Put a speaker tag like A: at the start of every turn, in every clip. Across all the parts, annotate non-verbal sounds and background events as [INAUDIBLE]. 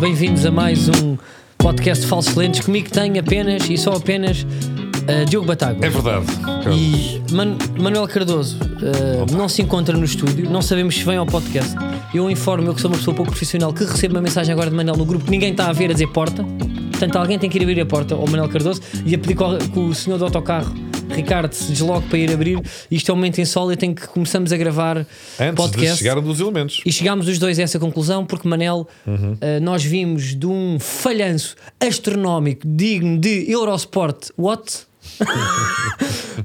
A: bem-vindos a mais um podcast Falsos Lentes. Comigo tem apenas e só apenas eh, Diogo Batagos.
B: É verdade.
A: E Man- Manuel Cardoso eh, não se encontra no estúdio, não sabemos se vem ao podcast. Eu informo, eu que sou uma pessoa pouco profissional, que recebo uma mensagem agora de Manuel no grupo que ninguém está a ver a dizer porta. Portanto, alguém tem que ir abrir a porta, ou Manuel Cardoso, e a pedir que o- que o senhor do autocarro, Ricardo, se desloque para ir abrir. Isto é um momento insólito em que começamos a gravar
B: Antes
A: podcast.
B: de chegar um dos elementos.
A: E chegámos os dois a essa conclusão porque Manel,
B: Uhum.
A: eh, nós vimos de um falhanço astronómico digno de Eurosport
B: [LAUGHS]
A: What?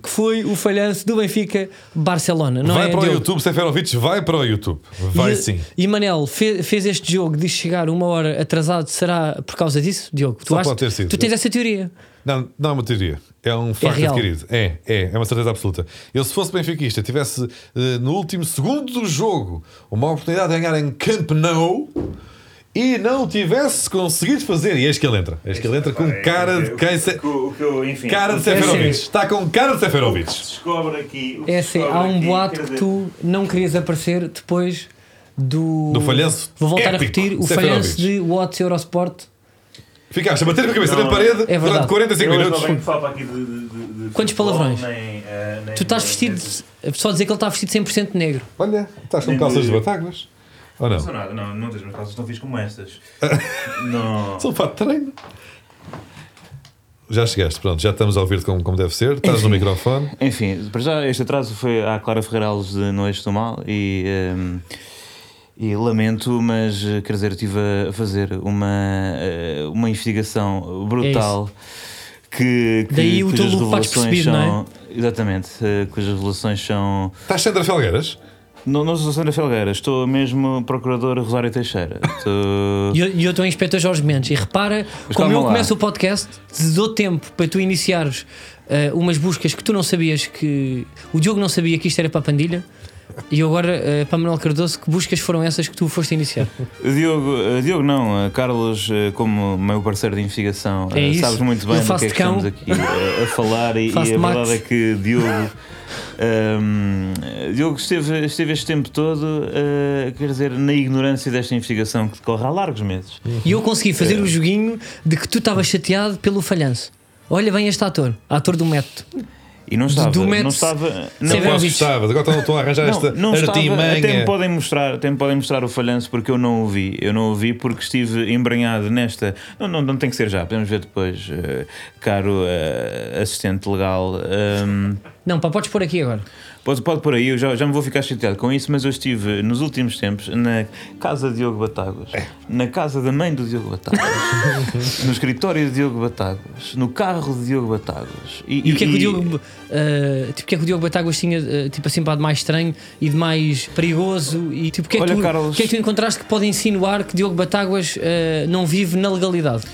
A: que foi o falhanço do Benfica Barcelona. Não é,
B: vai para o
A: Diogo?
B: YouTube, Seferovic, vai para o YouTube. Vai
A: e,
B: sim.
A: E Manel fe- fez este jogo de chegar uma hora atrasado, será por causa disso, Diogo? Tu,
B: Só
A: achas-
B: pode ter sido.
A: tu tens essa teoria.
B: Não, não é uma teoria. É um facto
A: real.
B: adquirido. É, é, é uma certeza absoluta. Eu, se fosse benfiquista, tivesse eh, no último segundo do jogo uma oportunidade de ganhar em Camp Nou e não tivesse conseguido fazer. E eis que ele entra. Eis que ele entra com
C: Pá, é,
B: cara de
C: o
B: quem
C: que-
B: se-
C: o que eu- enfim,
B: Cara
C: o
B: de
C: que
B: Seferovic.
C: se
B: Está com cara de Seferovic.
C: Descobre aqui. o que
A: É
C: se
A: assim, há
C: descobre
A: um
C: aqui,
A: boato
C: quer
A: que
C: dizer,
A: tu não querias aparecer depois do.
B: Do falhanço
A: Vou voltar a
B: épico, é
A: repetir: o
B: Seferovic.
A: falhanço de What Eurosport.
B: Ficaste a bater com a cabeça
C: Não,
B: na parede
A: é verdade.
B: durante 45
C: Eu
B: minutos.
C: não venho falar para aqui de. de- de- de
A: Quantos
C: futebol,
A: palavrões?
C: nem, eh, nem-
A: Tu estás
D: É,
C: nem-
A: vestido.
C: nem-
A: Só dizer que ele está vestido 100% negro.
B: Olha, estás com
C: Nem
B: calças de
C: de-
B: batáguas? Ou
C: Não sou
B: não?
C: nada, não, não tens umas calças tão fixe como estas. não.
B: São fato de treino. Já chegaste, pronto, já estamos a ouvir-te como, como deve ser, estás
D: [LAUGHS]
B: no microfone.
D: Enfim, para já este atraso foi à Clara Ferreiros de Noite do Mal e, ehm, e lamento, mas eh, quer dizer, estive a fazer uma, eh, uma investigação brutal que, que
A: É Daí o teu look mais percebido,
D: são.
A: não é?
D: Exatamente, eh, cujas revelações são.
B: Estás Sandra Felgueiras?
D: Não, não sou Sandra Felgueira, estou mesmo procurador
A: [LAUGHS]
D: Rosário Teixeira. Estou-
A: E eu, e eu estou em inspetor Jorge Mendes. E repara,
D: Mas
A: como
D: calma
A: eu
D: lá.
A: começo o podcast, te dou tempo para tu iniciares eh, umas buscas que tu não sabias que. O Diogo não sabia que isto era para a pandilha. E eu agora, eh, para Manuel Cardoso, que buscas foram essas que tu foste iniciar?
D: Diogo, eh, Diogo não, eh, Carlos, eh, como meu parceiro de investigação,
A: É
D: eh,
A: isso.
D: sabes muito bem
A: Eu
D: do que é
A: faço
D: que
A: de cão.
D: estamos aqui eh, a
A: [LAUGHS]
D: falar e, e a
A: Faço de Max.
D: verdade é que Diogo, ehm, Diogo esteve, esteve este tempo todo, eh, quer dizer, na ignorância desta investigação que decorre há largos meses.
A: E eu consegui
D: É.
A: fazer o joguinho de que tu estavas chateado pelo falhanço. Olha bem este ator, ator do método.
D: E não estava,
A: do Mets-
D: não estava,
A: Sem
D: não,
A: ver-
B: Quase
A: Severovic.
B: gostavas, agora estão- estão a arranjar esta
D: não, não estava, um até me
B: artimanha.
D: podem mostrar, até me podem mostrar o falhanço porque eu não o vi. Eu não o vi porque estive embranhado nesta. Não, não, não tem que ser já, podemos ver depois, eh, caro eh, assistente legal. Ehm,
A: Não, pá, podes pôr aqui agora.
D: Pode, pode por aí, eu já, já me vou ficar chateado com isso, mas eu estive nos últimos tempos na casa de Diogo Batáguas,
A: É.
D: na casa da mãe do Diogo Batáguas,
A: [LAUGHS]
D: no escritório de Diogo Batáguas, no carro de Diogo Batáguas.
A: E o que é que o Diogo, eh, tipo, o que é que o Diogo Batáguas tinha eh, tipo assim, pá, de mais estranho e de mais perigoso? E tipo, o que, é que
D: Olha,
A: tu,
D: Carlos.
A: o que é que tu encontraste que pode insinuar que Diogo Batáguas eh, não vive na legalidade?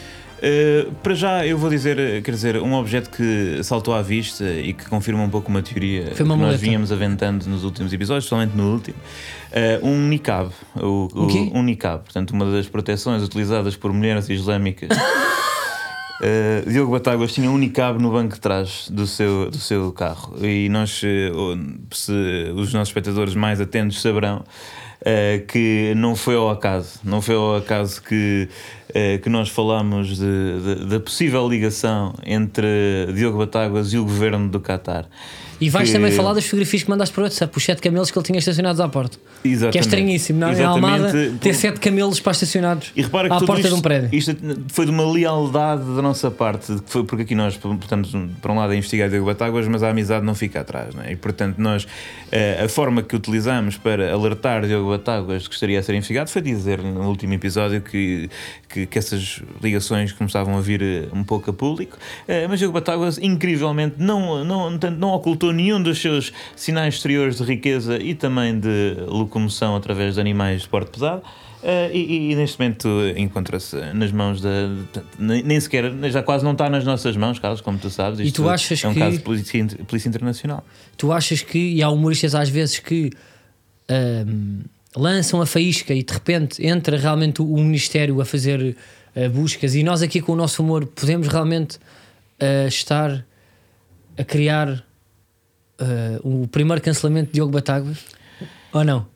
D: Uh, para já eu vou dizer, uh, quer dizer, um objeto que saltou à vista e que confirma um pouco uma teoria
A: Foi uma
D: que nós
A: muleta.
D: vínhamos aventando nos últimos episódios, somente no último, uh, um niqab, o,
A: O quê?
D: um niqab, portanto uma das proteções utilizadas por mulheres islâmicas. Uh, Diogo Batáguas tinha um niqab no banco de trás do seu, do seu carro e nós, uh, o- se os nossos espectadores mais atentos saberão uh, que não foi ao acaso, não foi ao acaso que, uh, que nós falámos de- de- da possível ligação entre Diogo Batáguas e o governo do Qatar.
A: E vais
D: Que-
A: também falar das fotografias que mandaste para o WhatsApp, os sete camelos que ele tinha estacionados à porta.
D: Exatamente.
A: Que é estranhíssimo, não é? Em
D: Exatamente,
A: Almada, ter
D: por-
A: sete camelos para estacionados
D: E repara que
A: à
D: tudo
A: porta
D: isto,
A: de um prédio.
D: isto foi de uma lealdade da nossa parte, que foi- porque aqui nós portanto, por um lado, a investigar Diogo Batáguas, mas a amizade não fica atrás, não é? E portanto, nós, eh, a forma que utilizamos para alertar Diogo Batáguas que estaria a ser investigado foi dizer no último episódio que, que, que essas ligações começavam a vir eh, um pouco a público, Eh, mas Diogo Batáguas, incrivelmente, não, não, portanto, não ocultou nenhum dos seus sinais exteriores de riqueza e também de locomoção através de animais de porte pesado. Uh, e, e neste momento encontra-se nas mãos da. portanto, Nem, nem sequer, já quase não está nas nossas mãos, Carlos, como tu sabes.
A: E tu achas
D: é um
A: que-
D: caso de polícia, in- polícia internacional.
A: Tu achas que, e há humoristas às vezes que ahm, lançam a faísca e de repente entra realmente o o Ministério a fazer ah, buscas e nós aqui com o nosso humor podemos realmente ah, estar a eh, criar ah, o primeiro cancelamento de Diogo Batáguas? Ou não?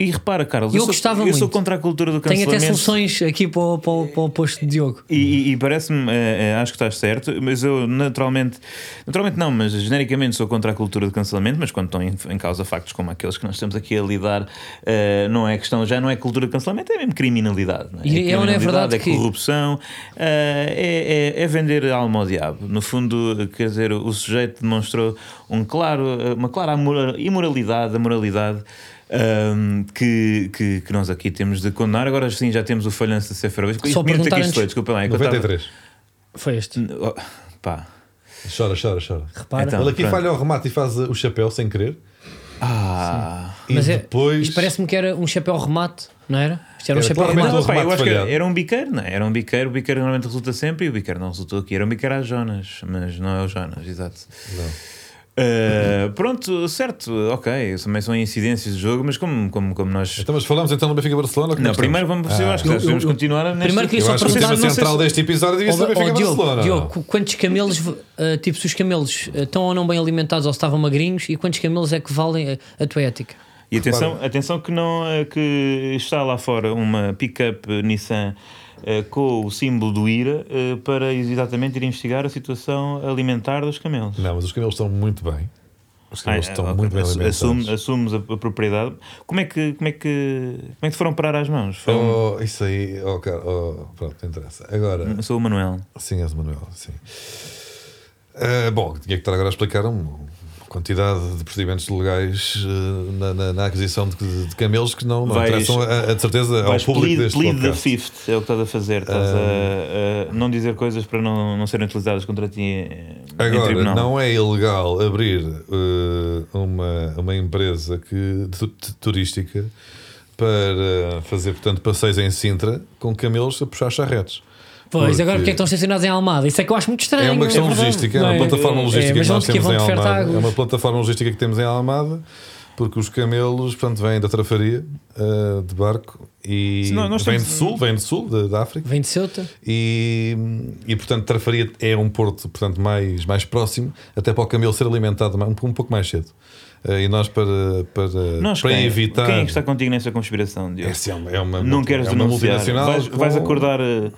D: E repara, Carlos,
A: Eu
D: sou-
A: gostava
D: eu sou
A: muito.
D: contra a cultura do
A: Tenho
D: cancelamento.
A: até soluções aqui para o, para o- para o posto de Diogo.
D: E, e- e parece-me, eh, eh, acho que estás certo, mas eu naturalmente, naturalmente não, mas genericamente sou contra a cultura de cancelamento, mas quando estão em, em causa factos como aqueles que nós estamos aqui a lidar, eh, não é questão, já não é cultura de cancelamento, é mesmo criminalidade. Não é?
A: E é
D: É
A: uma verdade
D: criminalidade, é
A: que-
D: corrupção, eh, é, é- é vender a alma ao diabo. No fundo, quer dizer, o sujeito demonstrou um claro, uma clara amor- imoralidade, a moralidade. ahm, que, que, que nós aqui temos de condenar. Agora sim já temos o falhanço de ser ferrovias.
A: Só
D: Que minuto é
A: perguntar
D: que isto
A: antes-
D: foi? Desculpa lá, é que eu estava-
B: 93.
A: Foi este.
D: Oh, pá.
B: Chora, chora, chora.
A: Repara.
D: Então.
B: Ele aqui
D: pronto.
B: falha ao remate e faz uh, o chapéu sem querer.
D: Ah.
A: Mas
B: e
A: é-
B: depois.
A: isto parece-me que era um chapéu remate, não era? Isto era, um
B: Era
A: chapéu
B: claramente
A: remate.
B: um-
D: Não, pá, eu
B: remate
D: acho que era,
B: falhado.
D: era um biqueiro, não é? Era um biqueiro, o biqueiro normalmente resulta sempre e o biqueiro não resultou aqui. Era um biqueiro às Jonas, mas não é o Jonas, exato. Ah, pronto, certo, ok. Também são incidências de jogo, mas como, como, como nós.
B: Então, mas falamos então do Benfica Barcelona.
D: Não, primeiro vamos, eu acho que
A: Eu-
D: nós devemos
A: eu-
D: continuar neste-
A: Primeiro queria
B: Eu
A: só
B: acho que o tema
A: perguntar, não sei se-
B: central deste episódio devia ser
A: Ó,
B: o Benfica
A: ó, Diogo,
B: Barcelona.
A: Diogo,
B: não?
A: qu- quantos camelos, eh, tipo, se os camelos eh, estão ou não bem alimentados ou se estavam magrinhos, e quantos camelos é que valem eh, a, tua ética?
D: E atenção, atenção que, não, eh, que está lá fora uma pick-up Nissan eh, com o símbolo do IRA eh, para exatamente ir investigar a situação alimentar dos camelos.
B: Não, mas os camelos estão muito bem. Os
D: Ah,
B: camelos estão
D: ok.
B: muito bem
D: Assu-
B: alimentados.
D: assume- Assumes a, a propriedade. Como é, que, como, é que, como é que te foram parar às mãos? Foi um-
B: Oh, isso aí, oh, cara, oh, pronto, não interessa. Agora,
D: Sou o Manuel.
B: sim, és o Manuel, sim. Ah, bom, tinha que estar agora a explicar uma quantidade de procedimentos legais eh, na, na- na aquisição de, de camelos que não, não
D: Vais-
B: interessam, a, a- de certeza, ao
D: Vais
B: é público
D: plead,
B: deste
D: plead the
B: podcast. Um,
D: fifth, é o que estás a fazer. Estás a, a não dizer coisas para não, não serem utilizadas contra ti eh, em
B: Agora,
D: tribunal.
B: não é ilegal abrir eh, uma, uma empresa que, tu- tu- turística para fazer, portanto, passeios em Sintra com camelos a puxar charretes.
A: Pois, agora porque é que
B: Porque-
A: estão estacionados em Almada? Isso é que eu acho muito estranho.
B: É uma questão
A: verdade.
B: logística, é uma
A: Bem,
B: plataforma logística
A: mas
B: que nós
A: onde que
B: temos em
A: vão de
B: Almada.
A: Fertágulos?
B: É uma plataforma logística que temos em Almada, porque os camelos portanto, vêm da Trafaria eh, de barco e
D: Se não, nós
B: vêm
D: temos-
B: do sul, vêm do sul da, da África.
A: Vem de Ceuta?
B: E, e portanto, Trafaria é um porto portanto, mais, mais próximo, até para o camelo ser alimentado ma- um, um pouco mais cedo. Eh, e nós, para, para,
D: Nós
B: para
D: quem,
B: evitar.
D: Quem é que está contigo nessa conspiração, Diogo?
B: Essa é uma, é uma,
D: não queres
B: é uma
D: denunciar.
B: multinacional.
D: Vais, vais
B: com-
D: acordar. eh,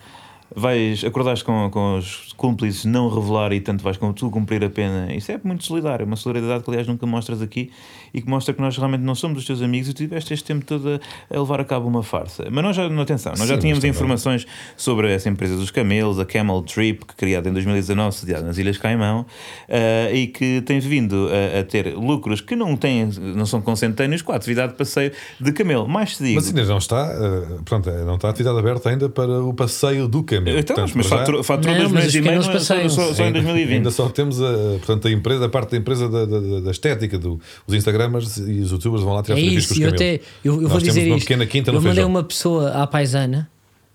D: Vais, acordaste com, com os cúmplices não revelar e tanto vais como tu cumprir a pena. Isso é muito solidário, uma solidariedade que aliás nunca mostras aqui e que mostra que nós realmente não somos os teus amigos e tu tiveste este tempo todo a, a levar a cabo uma farsa. Mas nós já, não, atenção, nós já
B: mas
D: tínhamos
B: também-
D: informações sobre essa empresa dos camelos, a Camel Trip, que criada em 2019, sediada nas Ilhas Caimão, eh, e que tem vindo a, a ter lucros que não, têm, não são consentâneos com a atividade de passeio de camelo. Mais se digo,
B: Mas ainda não está, eh, portanto, não está a atividade aberta ainda para o passeio do camelo.
D: Então,
B: Portanto,
D: mas
B: para já-
D: faturou, faturou
A: Não,
D: dois
A: mas os
D: milhões e meio
A: camelos
D: não é só, só, só em
B: Ainda-
D: 2020.
B: Ainda só temos a, portanto, a empresa, a parte da empresa da, da- da- da estética, do, os Instagramers e os youtubers vão lá tirar
A: É
B: fotografias
A: isso,
B: com os
A: eu
B: camelos.
A: até eu, eu
B: Nós
A: vou
B: temos
A: dizer
B: uma
A: isto.
B: pequena quinta
A: Eu
B: no
A: mandei
B: feijão.
A: uma pessoa à paisana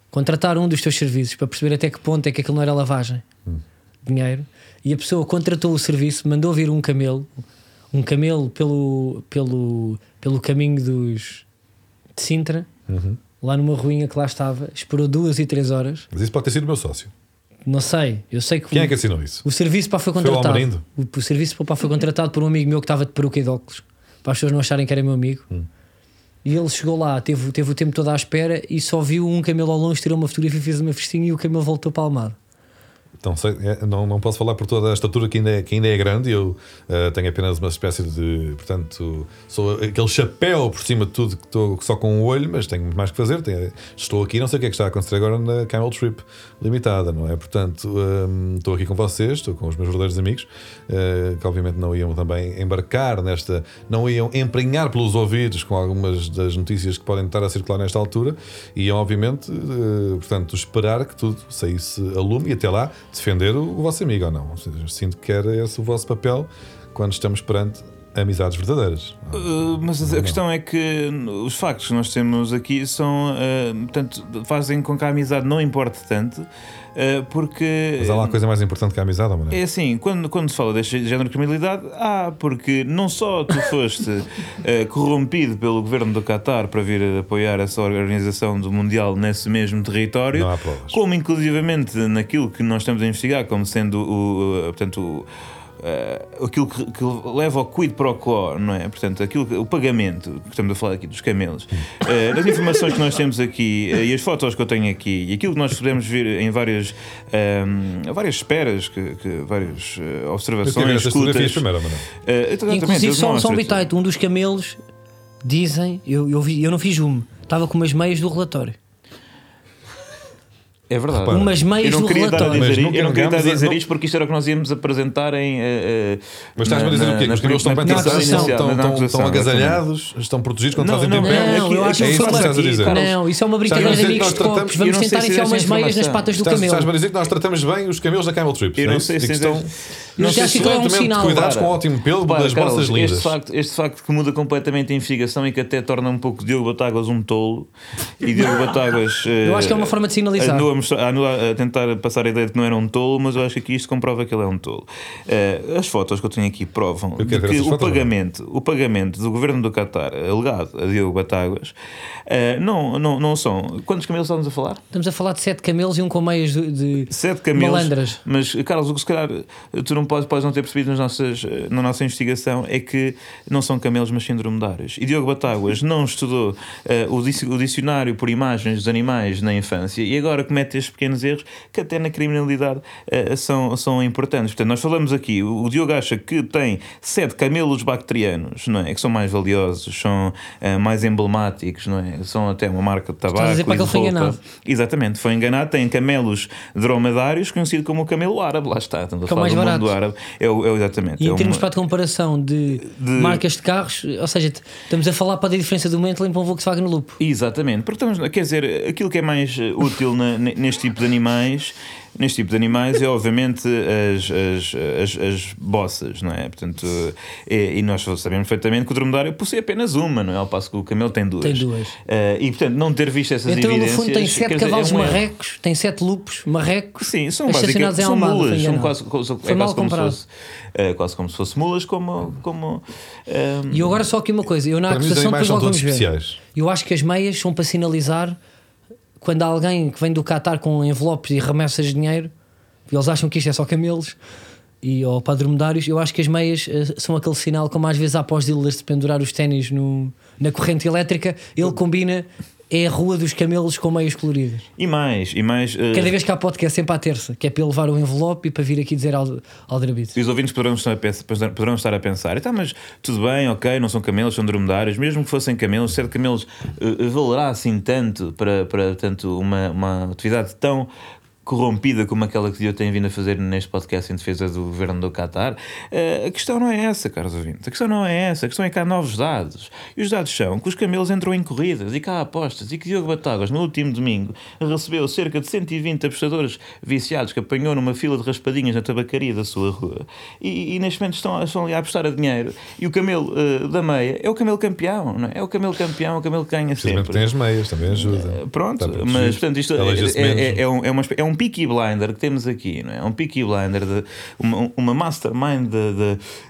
A: contratar um dos teus serviços para perceber até que ponto é que aquilo não era lavagem
B: Hum.
A: dinheiro. E a pessoa contratou o serviço, mandou vir um camelo, um camelo pelo, pelo, pelo caminho dos de Sintra,
B: Uhum.
A: lá numa ruinha que lá estava, esperou duas e três horas.
B: Mas isso pode ter sido o meu sócio.
A: Não sei, eu sei que
B: Quem é que assinou isso?
A: o serviço pá, foi
B: o
A: contratado.
B: Almerindo?
A: o, o serviço pá, foi contratado por um amigo meu que estava de peruca e de óculos, para as pessoas não acharem que era meu amigo.
B: Hum.
A: E ele chegou lá, teve, teve o tempo todo à espera e só viu um camelo ao longe, tirou uma fotografia, fez uma festinha e o camelo voltou para a Almada.
B: Não, sei, é, não, não posso falar por toda a estatura que ainda é, que ainda é grande. Eu eh, tenho apenas uma espécie de. Portanto, sou aquele chapéu por cima de tudo que estou só com um olho, mas tenho muito mais que fazer. Tenho- estou aqui, não sei o que é que está a acontecer agora na Camel Trip Limitada, não é? Portanto, hum, estou aqui com vocês, estou com os meus verdadeiros amigos, eh, que obviamente não iam também embarcar nesta. não iam emprenhar pelos ouvidos com algumas das notícias que podem estar a circular nesta altura, e iam, obviamente, eh, portanto, esperar que tudo saísse a lume e até lá defender o, o vosso amigo ou não. Ou seja, Sinto que era esse o vosso papel quando estamos perante amizades verdadeiras.
D: Uh, mas a- a questão é que os factos que nós temos aqui são, uh, portanto, fazem com que a amizade não importe tanto, uh, porque.
B: Mas há lá coisa mais importante que a amizade, ou não
D: É assim, quando, quando se fala deste género de criminalidade, ah, porque não só
B: [LAUGHS]
D: tu foste eh, corrompido pelo governo do Qatar para vir a apoiar essa organização do Mundial nesse mesmo território,
B: Não há provas.
D: como inclusivamente naquilo que nós estamos a investigar, como sendo o, eh, portanto, o- eh, aquilo que, que leva ao quid pro quo, não é? Portanto, aquilo, que- o pagamento, que estamos a falar aqui dos camelos,
B: Hum.
D: eh, as informações que nós temos aqui eh, e as fotos que eu tenho aqui e aquilo que nós podemos ver em várias, ehm, várias esperas, que, que, várias
B: Eu
D: eh,
B: tive
D: observações,
B: essas fotografias
D: escutas.
B: primeiro, mano.
D: Eh, exatamente, eu
A: Inclusive, só, só um
D: mostro-te.
A: bitite. Um dos camelos, dizem, eu, eu, vi- eu não fiz uma, estava com umas meias do relatório.
D: É verdade.
B: Repara,
A: Umas meias
D: Eu não
A: do
D: queria estar a
A: relatório.
B: Mas
D: dizer,
B: nunca
D: eu não queria estar a
B: ganhámos a-
D: dizer
B: não-
D: isto porque isto era o que nós íamos apresentar em. eh, eh,
B: Mas estás-me a
D: na-
B: dizer o quê? Que
D: na-
B: os camelos estão
D: na-
B: bem
D: na-
B: tratados,
A: acusação,
B: estão, estão,
D: na- na
B: estão,
D: acusação,
B: estão agasalhados, estão protegidos quando
D: Não,
B: fazem
D: não,
B: tempo.
A: Não,
D: não, aqui-
A: eu acho
D: aqui
A: que
D: isso
A: foi uma.
B: é estás a dizer.
A: Não, isso é uma brincadeira
B: Estás a
A: de amigos
B: dizer que nós
A: de copos. Vamos
B: tratamos- assim
D: eu não sei
A: tentar
D: se
A: enfiar
D: essa
A: umas meias nas
D: informação-
A: patas do
B: Estás-
A: camelo.
B: Estás-me a dizer que nós tratamos bem os camelos da Camel Trips.
D: Eu
B: é
D: não
B: isso?
D: sei
B: E
D: se
B: que
D: é-
B: estão
A: Mas já
B: estão
A: acho que aquilo é um
B: excelentemente
A: sinal.
B: cuidados com
D: Repara,
B: ótimo pelo
D: repara,
B: das
D: Carlos,
B: vossas lindas.
D: Este facto, este facto que muda completamente a investigação e que até torna um pouco Diogo Batáguas um tolo e Diogo
B: [LAUGHS]
D: Batáguas.
A: Eu acho que é uma forma de sinalizar.
D: Andou a, mostrar- andou a- a tentar passar a ideia de que não era um tolo, mas eu acho que aqui isto comprova que ele é um tolo. Eh, as fotos que eu tenho aqui provam
B: Eu quero
D: de
B: ver
D: que
B: essas
D: o
B: fotos, não é?
D: pagamento, o pagamento do governo do Qatar, alegado a Diogo Batáguas, eh, não, não, não são. Quantos camelos estávamos a falar?
A: Estamos a falar de sete camelos e um com meias de. de-
D: Sete camelos.
A: Malandras.
D: Mas, Carlos, o que se calhar tu não podes, podes não ter percebido nas nossas, eh, na nossa investigação é que não são camelos, mas dromedários. E Diogo Batáguas não estudou eh, o, dic- o dicionário por imagens dos animais na infância e agora comete estes pequenos erros que até na criminalidade eh, são, são importantes. Portanto, nós falamos aqui, o o Diogo acha que tem sete camelos bacterianos, não é? Que são mais valiosos, são eh, mais emblemáticos, não é? São até uma marca de tabaco
A: a dizer para
D: e
A: que
D: de
A: ele foi
D: roupa.
A: enganado.
D: Exatamente, foi enganado. Tem camelos dromedários, conhecido como o camelo árabe, lá está. Estamos a
A: Que é o
D: falar
A: mais
D: do
A: barato.
D: mundo árabe. É, o- é o- exatamente.
A: E
D: é
A: em termos
D: uma-
A: para de comparação de, marcas de carros, ou seja, t- estamos a falar para a diferença do Bentley para um Volkswagen Lupo.
D: Exatamente, porque estamos, quer dizer, aquilo que é mais eh, útil na- ne- neste tipo de animais, neste tipo de animais é obviamente as, as, as, as bossas, não é? Portanto, eh, e, e nós sabemos perfeitamente que o dromedário possui apenas uma, não é? Ao passo que o camelo tem duas.
A: Tem duas.
D: Eh, e portanto, não ter visto essas
A: Então ele, no
D: evidências.
A: fundo, tem
D: quer
A: sete
D: dizer, é
A: cavalos
D: um erro.
A: marrecos, tem sete lupos marrecos.
D: Sim, são
A: As
D: basicamente
A: estacionadas em
D: são
A: Almada, foi
D: mulas, são
A: enganado.
D: quase, co- são-
A: Foi
D: é
A: mal
D: quase como se
A: comprado.
D: fosse, é, quase como se fosse mulas, como, como ehm,
A: E eu agora só aqui uma coisa, eu na
B: Para mim, os
A: acusação depois
B: animais são
A: logo
B: todos
A: vamos ver.
B: especiais.
A: Eu acho que as meias são para sinalizar quando há alguém que vem do Qatar com envelopes e remessas de dinheiro, e eles acham que isto é só camelos e, ou padromedários, eu acho que as meias eh, são aquele sinal como às vezes há para os dealers de pendurar os ténis no- na corrente elétrica, ele combina é a rua dos camelos com meias coloridas.
D: e mais, e mais. eh,
A: Cada vez que há podcast, sempre à terça, que é para ele levar o envelope e para vir aqui dizer al, aldrabito.
D: E os ouvintes poderão estar a pensar, poderão estar a pensar "Então, mas tudo bem, ok, não são camelos, são dromedários, mesmo que fossem camelos, ser de camelos eh, valerá assim tanto para, para tanto uma, uma atividade tão corrompida como aquela que eu tenho vindo a fazer neste podcast em defesa do governo do Qatar, Eh, a questão não é essa, caros ouvintes, a questão não é essa, a questão é que há novos dados, e os dados são que os camelos entram em corridas, e que há apostas, e que Diogo Batagas, no último domingo, recebeu cerca de 120 apostadores viciados que apanhou numa fila de raspadinhas na tabacaria da sua rua. E, e neste momento estão, estão ali a apostar a dinheiro. E o camelo eh, da meia é o camelo campeão, não é? É o camelo campeão, o camelo que ganha
B: Precisamente
D: sempre.
B: tem as meias, também ajuda.
D: Eh, Pronto,
B: Está bem,
D: mas
B: preciso.
D: portanto isto é,
B: Aleja-se
D: é-
B: menos.
D: é- é um, é, uma espé- é um Peaky Blinder que temos aqui, não é? É um Peaky Blinder, de, uma, uma mastermind de,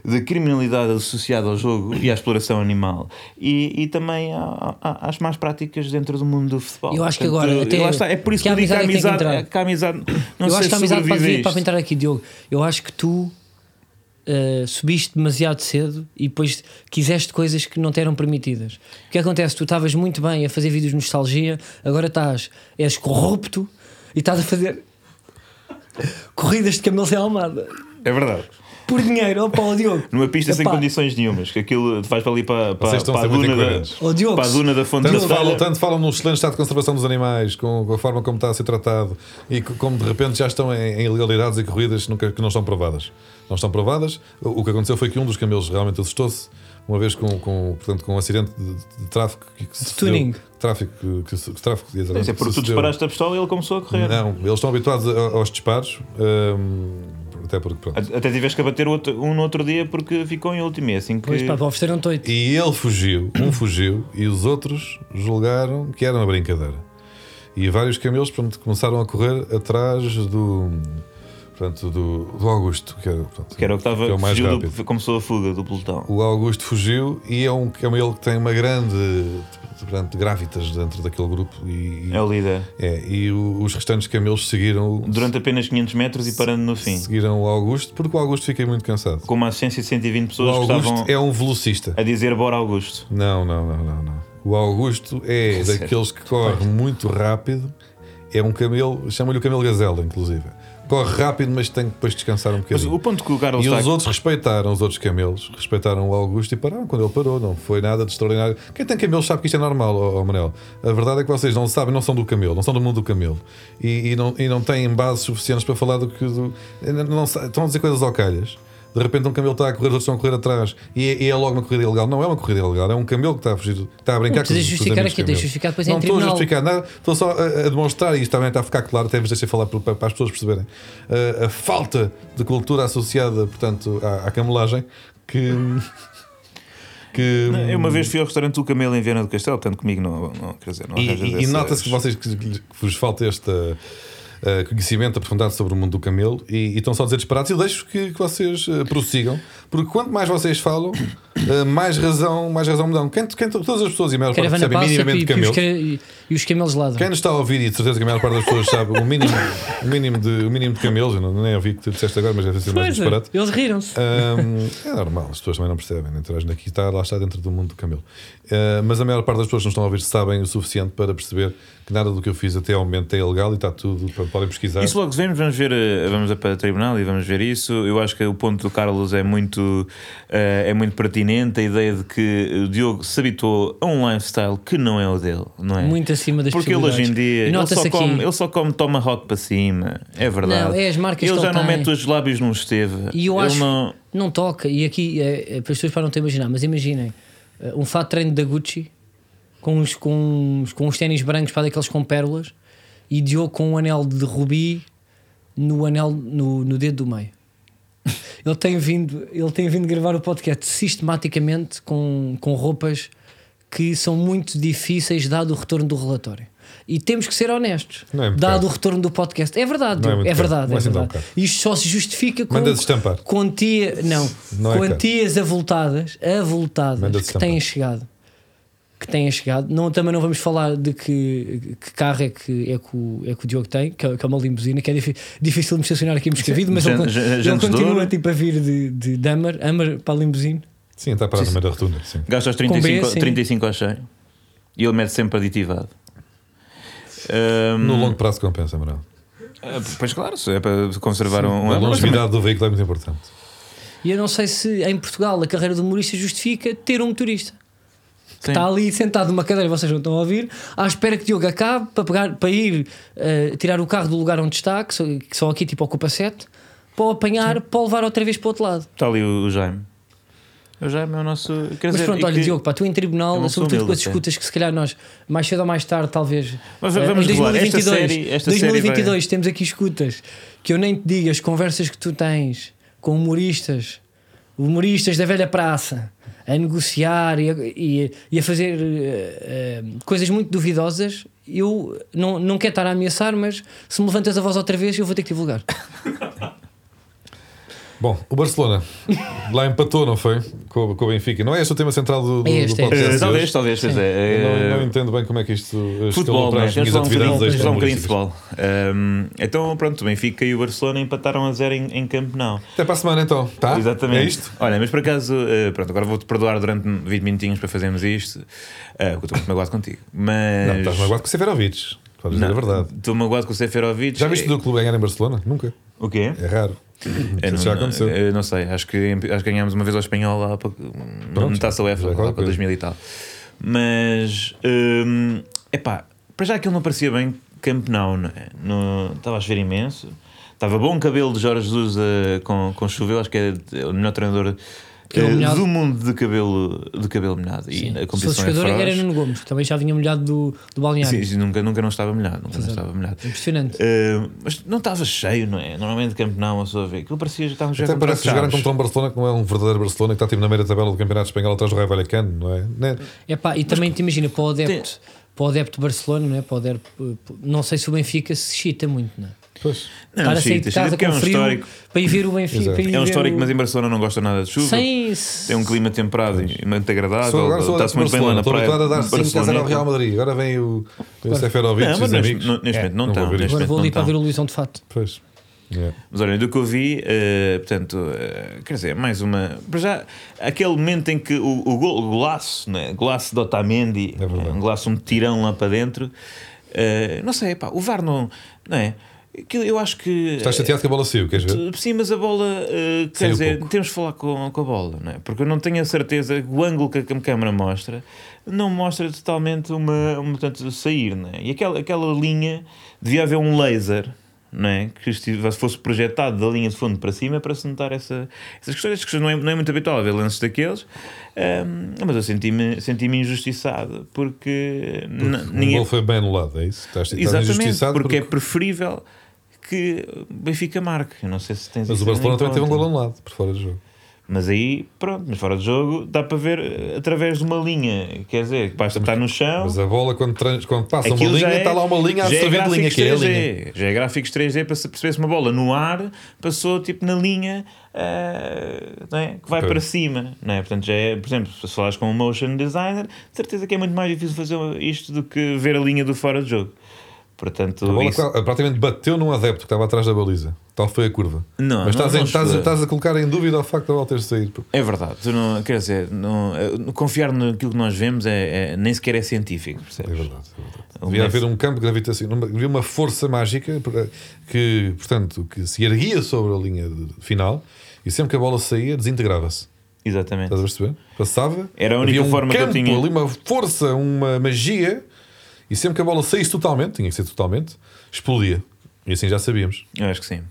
D: de, de criminalidade associada ao jogo e à exploração animal e, e também à- à- às más práticas dentro do mundo do futebol.
A: Eu acho que agora até-
D: lá está, é por isso
A: que
D: que,
A: a
D: eu digo que a
A: amizade é que tem que
D: amizade,
A: entrar.
D: que a amizade não
A: eu
D: sei
A: acho que a
D: se
A: amizade pode vir
D: sobrevive
A: para
D: a isto.
A: entrar aqui, Diogo. Eu acho que tu uh, subiste demasiado cedo e depois quiseste coisas que não te eram permitidas. O que acontece? Tu estavas muito bem a fazer vídeos de nostalgia, agora estás, és corrupto e estás a fazer corridas de camelo sem almada
D: É verdade.
A: por dinheiro. Opa, ó Diogo.
D: Numa pista sem
A: Epá,
D: condições nenhumas, que aquilo vais para ali para, para,
B: Vocês estão a
D: para, a,
B: ser muito
D: duna
B: incoerentes.
A: Ó,
D: da,
A: Oh, Diogo,
D: para a duna da fonte
B: Tanto
D: da
B: falam,
D: Telha.
B: tanto falam num excelente estado de conservação dos animais, com, com a forma como está a ser tratado e co- como de repente já estão em, em ilegalidades e corridas nunca, que não estão provadas. Não estão provadas. O, o que aconteceu foi que um dos camelos realmente assustou-se, uma vez com, com, portanto, com um acidente de, de tráfico que, que se sucedeu-
A: tuning.
B: Tráfico que, que, se- que tráfico,
D: Quer
B: exatamente, que
D: dizer, é Porque tu
B: sucedeu.
D: disparaste a pistola e ele começou a correr.
B: Não, eles estão habituados a- aos disparos, hum, até porque pronto.
D: Até tiveste que abater outro- um no outro dia porque ficou em último. E é assim que.
A: Pois pá, ofereceram-te oito.
B: E ele fugiu, um fugiu, e os outros julgaram que era uma brincadeira. E vários camelos pronto, começaram a correr atrás do. Portanto, do, do Augusto, que era, pronto,
D: que era o que
B: que é
D: estava.
B: o mais
D: fugiu do-
B: rápido.
D: começou a fuga do pelotão.
B: O Augusto fugiu e é um camelo que tem uma grande portanto, grávidas dentro daquele grupo e, e-
D: É o líder.
B: é, e o- os restantes camelos seguiram,
D: Durante apenas 500 metros e parando no fim.
B: seguiram o Augusto, porque o Augusto fica muito cansado.
D: Com uma assistência de 120
B: O
D: pessoas que estavam
B: Augusto é um velocista.
D: a dizer bora Augusto.
B: Não, não, não, não, não. O Augusto é
D: Sério?
B: daqueles que corre muito rápido. É um camelo, chama-lhe o camelo gazela, inclusive. Corre rápido, mas tem que depois descansar um
D: Mas
B: bocadinho.
D: o ponto que o Carlos
B: E
D: está
B: os outros respeitaram os outros camelos, respeitaram o Augusto e pararam quando ele parou, não foi nada de extraordinário. Quem tem camelos sabe que isto é normal, ó, ó Manel. A verdade é que vocês não sabem, não são do camelo, não são do mundo do camelo. E, e não, e não têm bases suficientes para falar do que. Do, não, não sa- estão a dizer coisas ao calhas. De repente um camelo está a correr, os outros estão a correr atrás e é, e é logo uma corrida ilegal. Não é uma corrida ilegal, é um camelo que está a fugir, que está a brincar
A: Não precisas
B: com os- com os
A: justificar
B: amigos
A: aqui, tens
B: camelos.
A: de justificar depois em
B: Não estou a
A: tribunal.
B: justificar nada, estou só a, a demonstrar e isto também está a ficar claro, até vos deixei falar para, para as pessoas perceberem uh, a falta de cultura associada, portanto, à, à camelagem que. [LAUGHS] que
D: é,
A: é
D: Eu uma vez fui ao restaurante do Camelo em Viana do Castelo, portanto comigo não, não quer dizer, não
B: e,
D: arranjas
B: e- e
D: essas-
B: nota-se que vocês que, que vos falta este uh, conhecimento aprofundado sobre o mundo do camelo e, e estão só a dizer disparates. Eu deixo que, que vocês uh, prossigam, porque quanto mais vocês falam, uh, mais razão, mais razão me dão. Quem, quem- todas as pessoas e a maior parte
A: Caravana
B: percebem
A: passa
B: minimamente
A: e,
B: de
A: e, os
B: camelos.
A: ca- e, e os camelos ladram.
B: Quem nos está a ouvir, e de certeza que a maior parte das pessoas sabe o mínimo, o mínimo, de, o mínimo de camelos, eu não, nem ouvi o que tu disseste agora, mas deve ser mais
A: Pois, é.
B: disparate.
A: eles riram-se.
B: Ahm, é normal, as pessoas também não percebem, não interagem aqui, está, lá está dentro do mundo do camelo. Ah, mas a maior parte das pessoas que nos estão a ouvir sabem o suficiente para perceber que nada do que eu fiz até ao momento é ilegal e está tudo, pronto, podem pesquisar.
D: Isso logo vemos, vamos ver, eh, vamos a para o tribunal e vamos ver isso. Eu acho que o ponto do Carlos é muito, eh, é muito pertinente, a ideia de que o Diogo se habituou a um lifestyle que não é o dele, não é?
A: Muito acima das
D: Porque ele hoje em
A: possibilidades.
D: dia
A: E
D: ele
A: nota-se
D: só,
A: aqui-
D: come, ele só come tomahawk para cima, é verdade.
A: Não, é as marcas que
D: ele
A: ele
D: já não
A: tem.
D: mete os lábios num esteve.
A: E eu
D: Ele
A: acho
D: não-
A: não toca. E aqui, é, é, para as pessoas para não te imaginar, mas imaginem eh, um fato de treino da Gucci com uns, com uns, com uns ténis brancos para daqueles com pérolas e Diogo com um anel de rubi no anel no, no dedo do
B: [LAUGHS]
A: meio. Ele tem vindo, ele tem vindo gravar o podcast sistematicamente com, com roupas que são muito difíceis dado o retorno do relatório. E temos que ser honestos,
B: Não é muito
A: dado
B: caro.
A: o retorno do podcast. É verdade,
B: Não é
A: Diogo,
B: muito
A: é,
B: caro.
A: verdade, é
B: Não é assim tão
A: verdade.
B: caro.
A: Isto só se justifica com
B: Manda-se estampar.
A: quantia, não,
B: Não é caro.
A: quantias avultadas,
B: Manda-se
A: avultadas que
B: estampar.
A: têm chegado. Que têm chegado. Não, também não vamos falar de que, que carro é que, é, que o, é que o Diogo tem, que é que é uma limusina, que é difí- difícil de me estacionar aqui em Moscavido, mas
D: Sim,
A: ele,
D: já- já-
A: ele
D: já nos
A: continua
D: dou.
A: tipo, a vir de, de, de Amar, Amar para a limusine.
B: Sim, está parado no meio da rotunda. Sim.
D: Gasta os
A: Com
D: 35,
A: B, sim.
D: 35 ao 100 e ele mete sempre aditivado. Ahm,
B: No longo prazo compensa, Manuel.
D: ah, Pois claro, se é para conservar um, um
B: A
D: elo, mas também-
B: longevidade do veículo é muito importante.
A: E eu não sei se em Portugal a carreira do humorista justifica ter um motorista.
D: Sim.
A: Que está ali sentado numa cadeira, vocês não estão a ouvir, à espera que Diogo acabe para, pegar, para ir eh, tirar o carro do lugar onde está, que só, que só aqui tipo ocupa 7, para o apanhar, para o levar outra vez para o outro lado.
D: Está ali o, o Jaime. O Jaime é o nosso. Quer
A: Mas
D: dizer,
A: pronto,
D: e
A: olha,
D: que-
A: Diogo, pá, tu em
D: é
A: tribunal,
D: uma
A: sobretudo
D: pessoa
A: com as
D: humilde,
A: escutas que se calhar nós, mais cedo ou mais tarde, talvez.
D: Mas
A: eh,
D: vamos
A: em
D: regular. Esta série- esta série vai-
A: 2022 temos aqui escutas que eu nem te digo as conversas que tu tens com humoristas, humoristas da velha praça, a negociar e a, e- e a fazer eh, eh, coisas muito duvidosas. Eu não, não quero estar a ameaçar, mas se me levantas a voz outra vez, eu vou ter que divulgar.
B: Bom, o Barcelona lá empatou, não foi? Com, o- com o Benfica. Não é este o tema central do, do,
A: É
B: do
A: este, é
D: Eh,
B: podcast? de hoje?
D: talvez, talvez, pois
B: Eu
D: é.
B: não, não
D: Eh,
B: entendo bem como é que isto escalou
D: Futebol,
B: para
D: né?
B: as minhas
D: Vamos falar um bocadinho-
B: atividades
D: vamos falar um bocadinho de
B: extramurísticas.
D: futebol. Ahm, então, pronto, o Benfica e o Barcelona empataram a zero em, em Camp Nou.
B: Até para a semana então, tá?
D: Exatamente.
B: É isto?
D: Olha, mas por acaso, eh, pronto, agora vou-te perdoar durante 20 minutinhos para fazermos isto, eh, porque eu estou muito magoado contigo. Mas.
B: Não, estás magoado com o Seferovic. Podes dizer a verdade.
D: Estou magoado com o Seferovic. É,
B: Já viste o teu clube ganhar em Barcelona? Nunca.
D: O quê?
B: É raro.
D: Eu
B: Não sei se já aconteceu.
D: eu não sei, acho que, acho que ganhámos uma vez ao espanhol lá para,
B: Pronto,
D: na taça
B: já
D: UEFA,
B: é
D: lá
B: qualquer
D: para
B: coisa.
D: 2000 e tal. Mas, hum, epá, para já aquilo não parecia bem Camp Nou, não é? No- Estava a chover imenso. Estava bom o cabelo de Jorge Jesus eh, com, com chuva, acho que é o melhor treinador
A: Que é o
D: eh,
A: melhor.
D: do mundo de cabelo, de cabelo molhado.
A: Sim.
D: E a
A: Se fosse
D: competição é
A: jogador,
D: feroz.
A: era Nuno Gomes, também já vinha molhado do, do balneário.
D: Sim, sim, nunca, nunca não estava molhado, nunca não
A: Exato.
D: estava molhado.
A: Impressionante.
D: Eh, mas não estava cheio, não é? Normalmente Camp Nou, uma pessoa vê. Aquilo parecia que estávamos já
B: Até
D: com
B: parece que
D: trocos
B: jogaram
D: chaves.
B: contra um Barcelona que não é um verdadeiro Barcelona que está tipo na meia tabela do Campeonato Espanhol atrás do Raio Vallecano, não é? Né?
A: Epá, e também te imagina, eh, para o adepto, para o adepto de Barcelona, não, é? para o adepto, não sei se o Benfica se excita muito, não é?
B: Pois.
D: Não,
A: Estar a sair
D: chique,
A: de casa
D: porque é
A: com
D: um
A: frio
D: histórico.
A: para ir ver o Benfica.
B: Exato.
A: para ir
D: É um
A: ver
D: histórico,
A: o-
D: mas em Barcelona não gosta nada de chuva.
A: Sem.
D: Tem um clima temperado e muito
B: Só agora
D: agradável.
B: sou
D: Está-se Ah, muito bem lá
B: Barcelona.
D: na
B: Estou
D: praia.
B: habituado a dar 5 a 0 ao
D: Barcelona.
B: Real Madrid. Agora vem o, o Seferovic
D: Não,
B: e
D: mas
B: os
D: neste,
B: amigos.
D: no- neste
B: É,
D: momento não
B: vou
D: estão.
B: ver
D: neste
B: isto.
A: Agora
D: momento
A: vou ali
D: não
A: para ver
D: estão.
A: o Luizão de fato.
B: Pois. É.
D: Mas olha, do que eu vi, eh, portanto, eh, quer dizer, mais uma. Para já, aquele momento em que o, o, gol, o golaço, né? golaço de Otamendi,
B: É verdade.
D: um golaço, um tirão lá para dentro, eh, não sei, pá, o VAR não. não é? Aquilo, eu acho que.
B: Estás chateado que a bola saiu, queres ver?
D: Sim, mas a bola, eh, quer
B: Saiu
D: dizer,
B: pouco.
D: temos de falar com, com a bola, não é? Porque eu não tenho a certeza que o ângulo que a cam- câmara mostra não mostra totalmente uma, uma portanto, sair, não é? E aquela, aquela linha, devia haver um laser, não é? Que estivesse, fosse projetado da linha de fundo para cima para se notar essa, essas questões. Estas questões não é, não é muito habitual haver lances daqueles, Ahm, mas eu senti-me senti injustiçado porque, n-
B: O
D: ninguém,
B: gol foi bem anulado, é isso? Estás, estás
D: Exatamente,
B: injustiçado
D: porque, é preferível que o Benfica marque. Eu não sei se tens
B: Mas
D: isso
B: o Barcelona
D: em
B: também teve um
D: conta.
B: gol anulado, por fora do jogo.
D: Mas aí, pronto, mas fora de jogo, dá para ver eh, através de uma linha. Quer dizer, que basta estar no chão.
B: Mas a bola, quando, trans- quando passa uma
D: aquilo
B: linha,
D: já é-
B: está lá uma linha a
D: já é
B: absorver de linha,
D: gráficos
B: que é a linha.
D: 3D. Já é gráficos 3D para se perceber se uma bola no ar passou tipo na linha eh, não é? que vai
B: Ok.
D: para cima. Não é? Portanto, já é, por exemplo, se falares com um motion designer, de certeza que é muito mais difícil fazer isto do que ver a linha do fora de jogo. Portanto,
B: A bola
D: é isso-
B: Tá qual- praticamente bateu num adepto que estava atrás da baliza. Tal foi a curva.
D: Não,
B: Mas estás,
D: não-
B: em-
D: não
B: estás,
D: chegou.
B: estás a colocar em dúvida o facto da bola ter saído. porque-
D: É verdade, tu não, quer dizer, não, eh, confiar naquilo que nós vemos é, é- nem sequer é científico,
B: É
D: percebes?
B: verdade, é verdade. Devia haver um campo gravitacional, havia uma força mágica por- eh, que, portanto, que se erguia sobre a linha de- final e sempre que a bola saía, desintegrava-se.
D: Exatamente.
B: um- Estás a perceber? Passava,
D: Era a única
B: havia um
D: forma que eu
B: campo
D: tinha.
B: ali, uma força, uma magia, e sempre que a bola saísse totalmente, tinha que ser totalmente, explodia. E assim já sabíamos.
D: Eu acho que sim.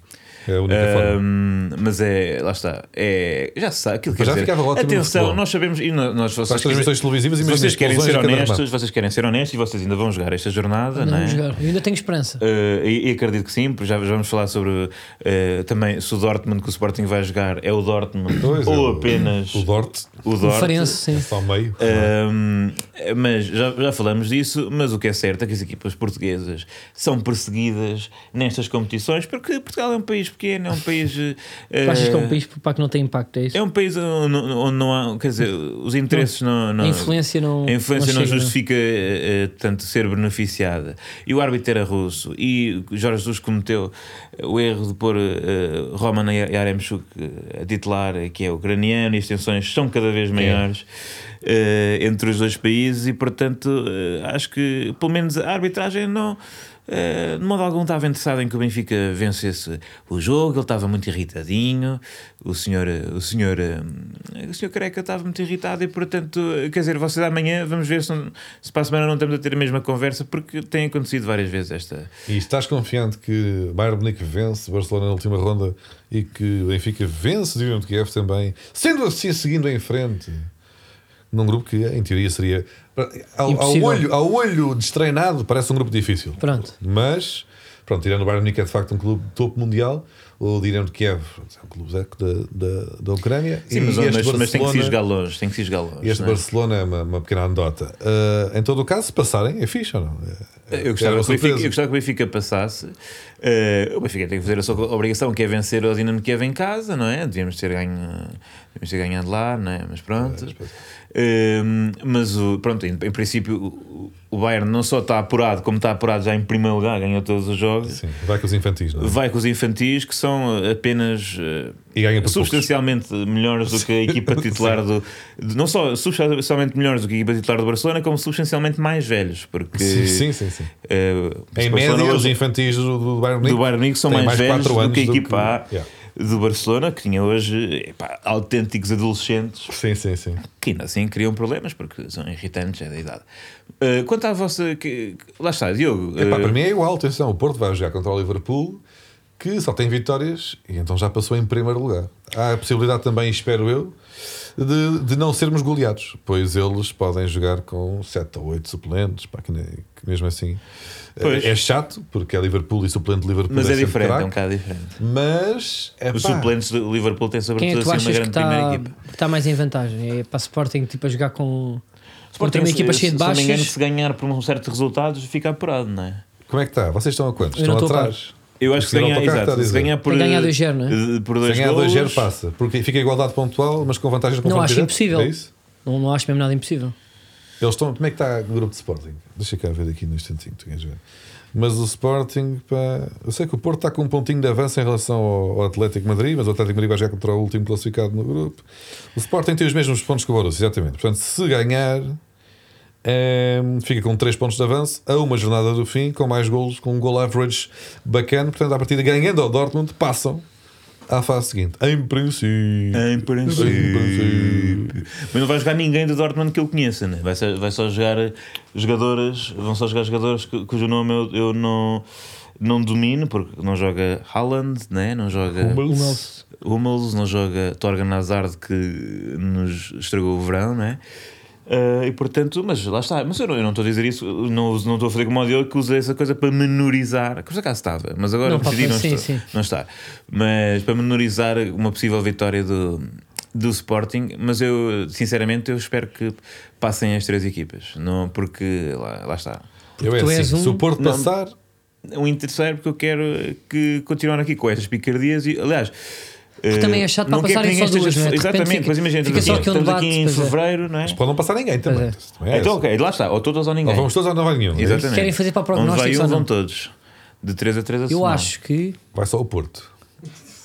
B: É a única forma.
D: Ahm, mas é, lá está, é, já se sabe, aquilo que
B: Mas já
D: dizer,
B: ficava ótimo no
D: atenção,
B: futebol.
D: nós sabemos, e no- nós
B: Para
D: vocês,
B: as transmissões televisivas, imagina
D: vocês querem ser
B: explosões a cada
D: honestos,
B: remate.
D: vocês querem ser honestos e vocês ainda vão jogar esta jornada, não,
A: Não,
D: é?
A: vamos jogar. Eu ainda tenho esperança.
D: Eh, e, e acredito que sim, porque já, já vamos falar sobre eh, também se o Dortmund que o Sporting vai jogar é o Dortmund
B: Pois, é,
D: ou
B: o-
D: apenas Ah,
B: O Dort,
A: O
D: o Dortmund.
A: Farense, sim.
B: só ao meio.
D: Ahm, mas já, já falamos disso, mas o que é certo é que as equipas portuguesas são perseguidas nestas competições porque Portugal é um país pequeno, é um país. eh,
A: [LAUGHS] Tu achas que é um país pá, que não tem impacto? É isso?
D: é um país onde, onde não há, quer dizer, os interesses não. não
A: a influência não.
D: a influência não,
A: chega, é?
D: justifica eh, eh, tanto ser beneficiada. E o árbitro era russo. E Jorge Jesus cometeu o erro de pôr eh, Roman Yaremchuk a titular, eh, que é ucraniano, e as tensões são cada
A: É.
D: vez maiores eh, entre os dois países. E portanto, eh, acho que pelo menos a arbitragem não. eh, de modo algum estava interessado em que o Benfica vencesse o jogo, ele estava muito irritadinho, o senhor, o senhor, eh, o senhor Careca estava muito irritado e portanto, eh, quer dizer, vocês amanhã vamos ver se, não- se para a semana não estamos a ter a mesma conversa porque tem acontecido várias vezes esta.
B: E estás confiante que Bayern Munique vence Barcelona na última ronda e que Benfica vence o Dinamo de Kiev também, sendo assim seguindo em frente num grupo que em teoria seria ao, ao
A: Impossível.
B: olho, ao olho destreinado parece um grupo difícil.
A: Pronto.
B: Mas pronto, tirando o Bayern Munique é de facto um clube de topo mundial, o Dinamo de Kiev é um clube da, da, da, da Ucrânia
D: Sim, mas,
B: este
D: mas- mas tem que se
B: Barcelona-
D: jogar longe, tem que se jogar longe.
B: este
D: não é?
B: Barcelona é uma, uma pequena anedota. Ah, em todo o caso, se passarem, é fixe ou não? É-
D: Eu gostava,
B: era uma
D: que o Benfica,
B: surpresa.
D: eu gostava que o Benfica passasse. Eh, o Benfica tem que fazer a sua obrigação, que é vencer o Dinamo Kiev em casa, não é? Devíamos ter, ganho, devíamos ter ganhado lá, não é? Mas pronto. Eh, mas o, pronto, em, em princípio, o- o Bayern não só está apurado, como está apurado já em primeiro lugar, ganhou todos os jogos.
B: Sim, vai com os infantis, não é?
D: Vai com os infantis que são apenas eh,
B: E ganha por
D: substancialmente melhores do que a
B: [LAUGHS]
D: equipa titular do. de- Não só substancialmente melhores do que a equipa titular do Barcelona, como substancialmente mais velhos. Porque
B: Sim, sim, sim, sim.
D: eh,
B: Em
D: o
B: média,
D: Barcelona
B: os
D: hoje-
B: infantis do, do Bayern Munique
D: do Bayern Munique são
B: têm
D: mais, velhos
B: quatro
D: do que a
B: anos
D: equipa A
B: Yeah.
D: do Barcelona, que tinha hoje epá, autênticos adolescentes
B: Sim, sim, sim.
D: que ainda assim criam problemas porque são irritantes é da idade. Eh, quanto à vossa. Que, que- lá está, Diogo.
B: Epá,
D: eh,
B: para mim é igual, atenção. O Porto vai jogar contra o Liverpool, que só tem vitórias e então já passou em primeiro lugar. Há a possibilidade também, espero eu, de, de não sermos goleados, pois eles podem jogar com 7 ou 8 suplentes, pá, que, nem- que mesmo assim
D: Pois.
B: é chato, porque é Liverpool e suplente de Liverpool.
D: mas é
B: sempre
D: diferente, é um
B: craque,
D: bocado diferente.
B: Mas é
D: Os suplentes do Liverpool têm,
A: Quem é que
D: sobretudo,
A: tu
D: assim, uma
A: achas que
D: grande primeira
A: está
D: equipa.
A: tá mais em vantagem? É para Sporting tipo, a jogar com. Sporting, uma
D: se-
A: equipa cheia de
D: eh, se não me
A: baixas.
D: engano, se ganhar por um certo resultado, fica apurado, não é?
B: Como é que está? Vocês estão a quantos?
A: Eu não
B: Estão
A: estou a par.
B: atrás?
D: Eu acho que se
B: Final
D: ganhar,
B: para cá, está a
D: exato, se
B: dizer.
D: ganhar por,
A: Tem que ganhar 2-0, não é?
D: eh, por dois
B: Se ganhar
D: golos,
B: 2-0 passa, porque fica igualdade pontual, mas com vantagens para
A: Não
B: confronto
A: acho
B: direto,
A: impossível.
B: É isso?
A: Não, não acho mesmo nada impossível.
B: Eles estão. Como é que está o grupo de Sporting? Deixa cá ver aqui no instantinho, tu queres ver. Mas o Sporting, pá, eu sei que o Porto está com um pontinho de avanço em relação ao, ao Atlético de Madrid, mas o Atlético de Madrid vai jogar contra o último classificado no grupo. O Sporting tem os mesmos pontos que o Borussia, exatamente. Portanto, se ganhar, ehm, fica com 3 pontos de avanço a uma jornada do fim, com mais golos, com um goal average bacana. Portanto, à partida, ganhando ao Dortmund, passam à fase seguinte. Em princípio.
D: Em
B: princípio.
D: princípio. Mas não vai jogar ninguém do Dortmund que eu conheça, né? vai, só, vai só jogar jogadoras, vão só jogar jogadores cu- cujo nome eu, eu não, não domino, porque não joga Haaland, né? não joga
A: Hummels.
D: Hummels, não joga Torgan Hazard que nos estragou o verão, né? Ah, e portanto, mas lá está. Mas eu não eu não estou a dizer isso, não, não estou a fazer como o Diogo que usa essa coisa para menorizar. Que por acaso estava, mas agora
A: Não,
D: não, decidi
A: pá,
D: não,
A: sim,
D: estou-
A: sim.
D: não está. Mas para menorizar uma possível vitória do, do Sporting, mas eu sinceramente eu espero que passem as três equipas, não, porque lá, lá está.
B: Eu é
A: tu és
B: assim,
A: um-
B: se o Porto
D: Não.
B: passar,
D: Um interessante porque eu quero que continuar aqui com estas picardias e aliás. eh,
A: também é chato para
D: não quero que
A: passarem só
D: ninguém
A: duas,
D: esteja-
A: não é? De repente
D: Exatamente,
A: fica-
D: pois imagina,
A: fica só
D: estamos
A: aqui um
D: estamos aqui
A: debate,
D: em
A: pois é.
D: fevereiro, não é?
B: pode não passar ninguém também.
A: Pois é.
B: Também é
D: então,
B: essa.
D: ok, lá está, ou todos ou ninguém.
B: Ou vamos todos ou não vai nenhum. não é?
D: Exatamente.
A: Querem fazer para
D: Onde vai
A: prognósticos
D: um,
A: ou não?
D: vão todos. De 3 a 3 a
A: Eu
D: semana.
A: acho que.
B: Vai só o Porto.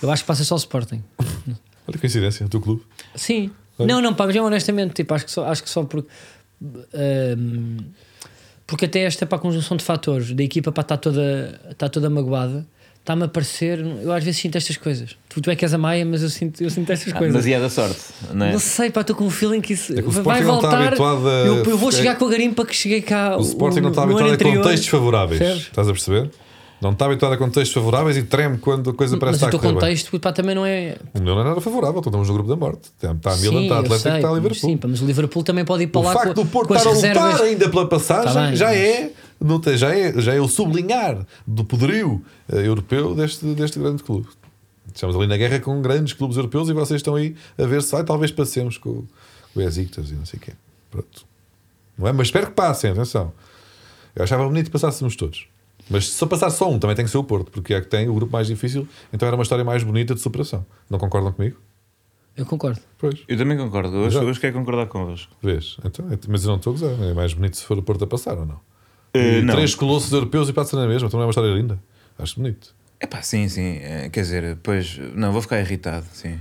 A: Eu acho que passa só o Sporting.
B: Olha que coincidência, o teu clube.
A: Sim. Não, não, pá, mas eu honestamente, tipo, acho que só, acho que só porque. ahm, porque até esta para a conjunção de fatores da equipa para estar toda, está toda magoada, está-me a parecer. Eu às vezes sinto estas coisas. Tu, tu é que és a Maia, mas eu sinto, eu sinto estas
D: Ah,
A: coisas.
D: Demasiada sorte, não é?
A: Não sei, pá, estou com um feeling que isso
B: É que o
A: vai
B: Sporting não está
A: voltar.
B: habituado a-
A: eu, eu vou
B: é-
A: chegar com a garimpa que cheguei cá.
B: O Sporting não está
A: no ano
B: habituado a
A: anterior.
B: contextos favoráveis.
A: Percebes?
B: Estás a perceber? Não está habituado a contextos favoráveis e treme quando a coisa parece
A: Mas o
B: estar
A: teu
B: a correr bem.
A: contexto pá, também não é.
B: O meu não é nada favorável, estamos no grupo da morte. Está a Milan,
A: sim,
B: está a
A: eu
B: Atlético,
A: sei,
B: está a Liverpool.
A: mas Sim, pá, mas o Liverpool também pode ir para
B: o
A: lá
B: facto
A: com,
B: do Porto
A: com as
B: estar a lutar
A: reservas.
B: ainda pela passagem
A: Tá bem,
B: já,
A: mas-
B: é, não tem- já, é, já é o sublinhar do poderio eh, europeu deste, deste grande clube. Estamos ali na guerra com grandes clubes europeus e vocês estão aí a ver se ah, talvez passemos com, o- com o Besiktas e não sei o quê. Pronto. Não é? Mas espero que passem, atenção. Eu achava bonito que passássemos todos. Mas se só passar só um, também tem que ser o Porto, porque é que tem o grupo mais difícil, então era uma história mais bonita de superação. Não concordam comigo?
A: Eu concordo.
B: Pois.
D: Eu também concordo, hoje,
B: Exato.
D: hoje quero concordar convosco.
B: Vês? Então, é- mas eu não estou a gozar. É mais bonito se for o Porto a passar ou não?
D: Eh,
B: E
D: não.
B: Três colossos europeus e passa na mesma. Então não é uma história linda. Acho bonito.
D: É pá, sim, sim. eh, Quer dizer, pois. Não, vou ficar irritado, sim.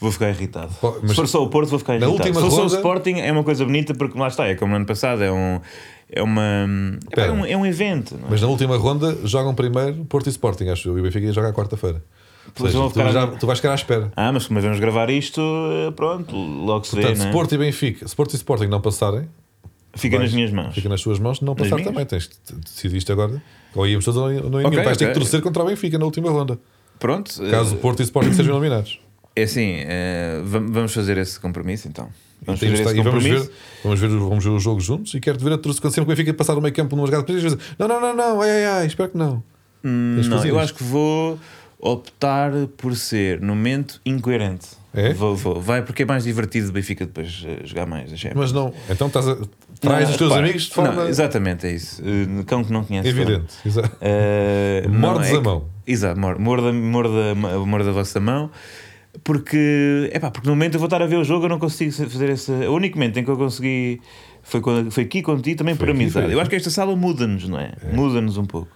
D: Vou ficar irritado.
B: Pô, mas-
D: Se for só o Porto, vou ficar
B: Na
D: irritado.
B: última
D: Se for só o
B: ronda-
D: Sporting, é uma coisa bonita porque lá está, é como no ano passado, é um. É uma. É, pá, é
B: Espera.
D: um, é um evento. não é?
B: Mas na última ronda jogam primeiro Porto e Sporting, acho eu. E o Benfica joga à quarta-feira. Ou
D: Pois
B: seja,
D: vão
B: tu,
D: ficar-
B: já, tu vais ficar à espera.
D: Ah, mas como vamos gravar isto, eh, pronto, logo se vê,
B: Portanto,
D: não
B: se
D: é?
B: Porto e Benfica, se Porto e Sporting não passarem,
D: Fica
B: vais-
D: nas minhas mãos.
B: fica nas suas mãos. Se não
D: Nas
B: passar
D: minhas?
B: também, tens de decidir isto agora. Ou íamos todos ou não íamos.
D: Ok,
B: Vais ter que
D: ok.
B: torcer contra o Benfica na última ronda.
D: Pronto. eh,
B: Caso Porto e Sporting sejam eliminados.
D: É assim, eh, vam- vamos fazer esse compromisso então. Vamos
B: Temos
D: fazer esse
B: de estar- e vamos
D: compromisso.
B: ver, vamos, ver, vamos ver o jogo juntos e quero ver a torcida quando sempre que o Benfica passar no meio campo numa jogada precisa dizer, não, não, não, não, ai, ai, ai, espero que não. Tens de
D: Hum, Não,
B: fazer
D: eu
B: isto.
D: acho que vou optar por ser, no momento, incoerente.
B: É?
D: Vou, vou. Vai, porque é mais divertido o Benfica depois eh, jogar mais. a Champions.
B: Mas não, então estás a, traz
D: Não,
B: os teus
D: repara,
B: amigos de forma
D: não, exatamente, é isso. Eh, Cão que não conhece.
B: evidente. Exato.
D: Eh, não,
B: Mordes
D: é
B: a
D: que-
B: mão.
D: Exato, mor- morda, morda, morda a vossa mão. Porque, epá, porque no momento eu vou estar a ver o jogo, eu não consigo se- fazer essa. O único momento em que eu consegui foi, quando- foi aqui contigo, também por
B: aqui,
D: amizade.
B: foi
D: Eu acho que esta sala muda-nos, não é? Muda-nos um pouco.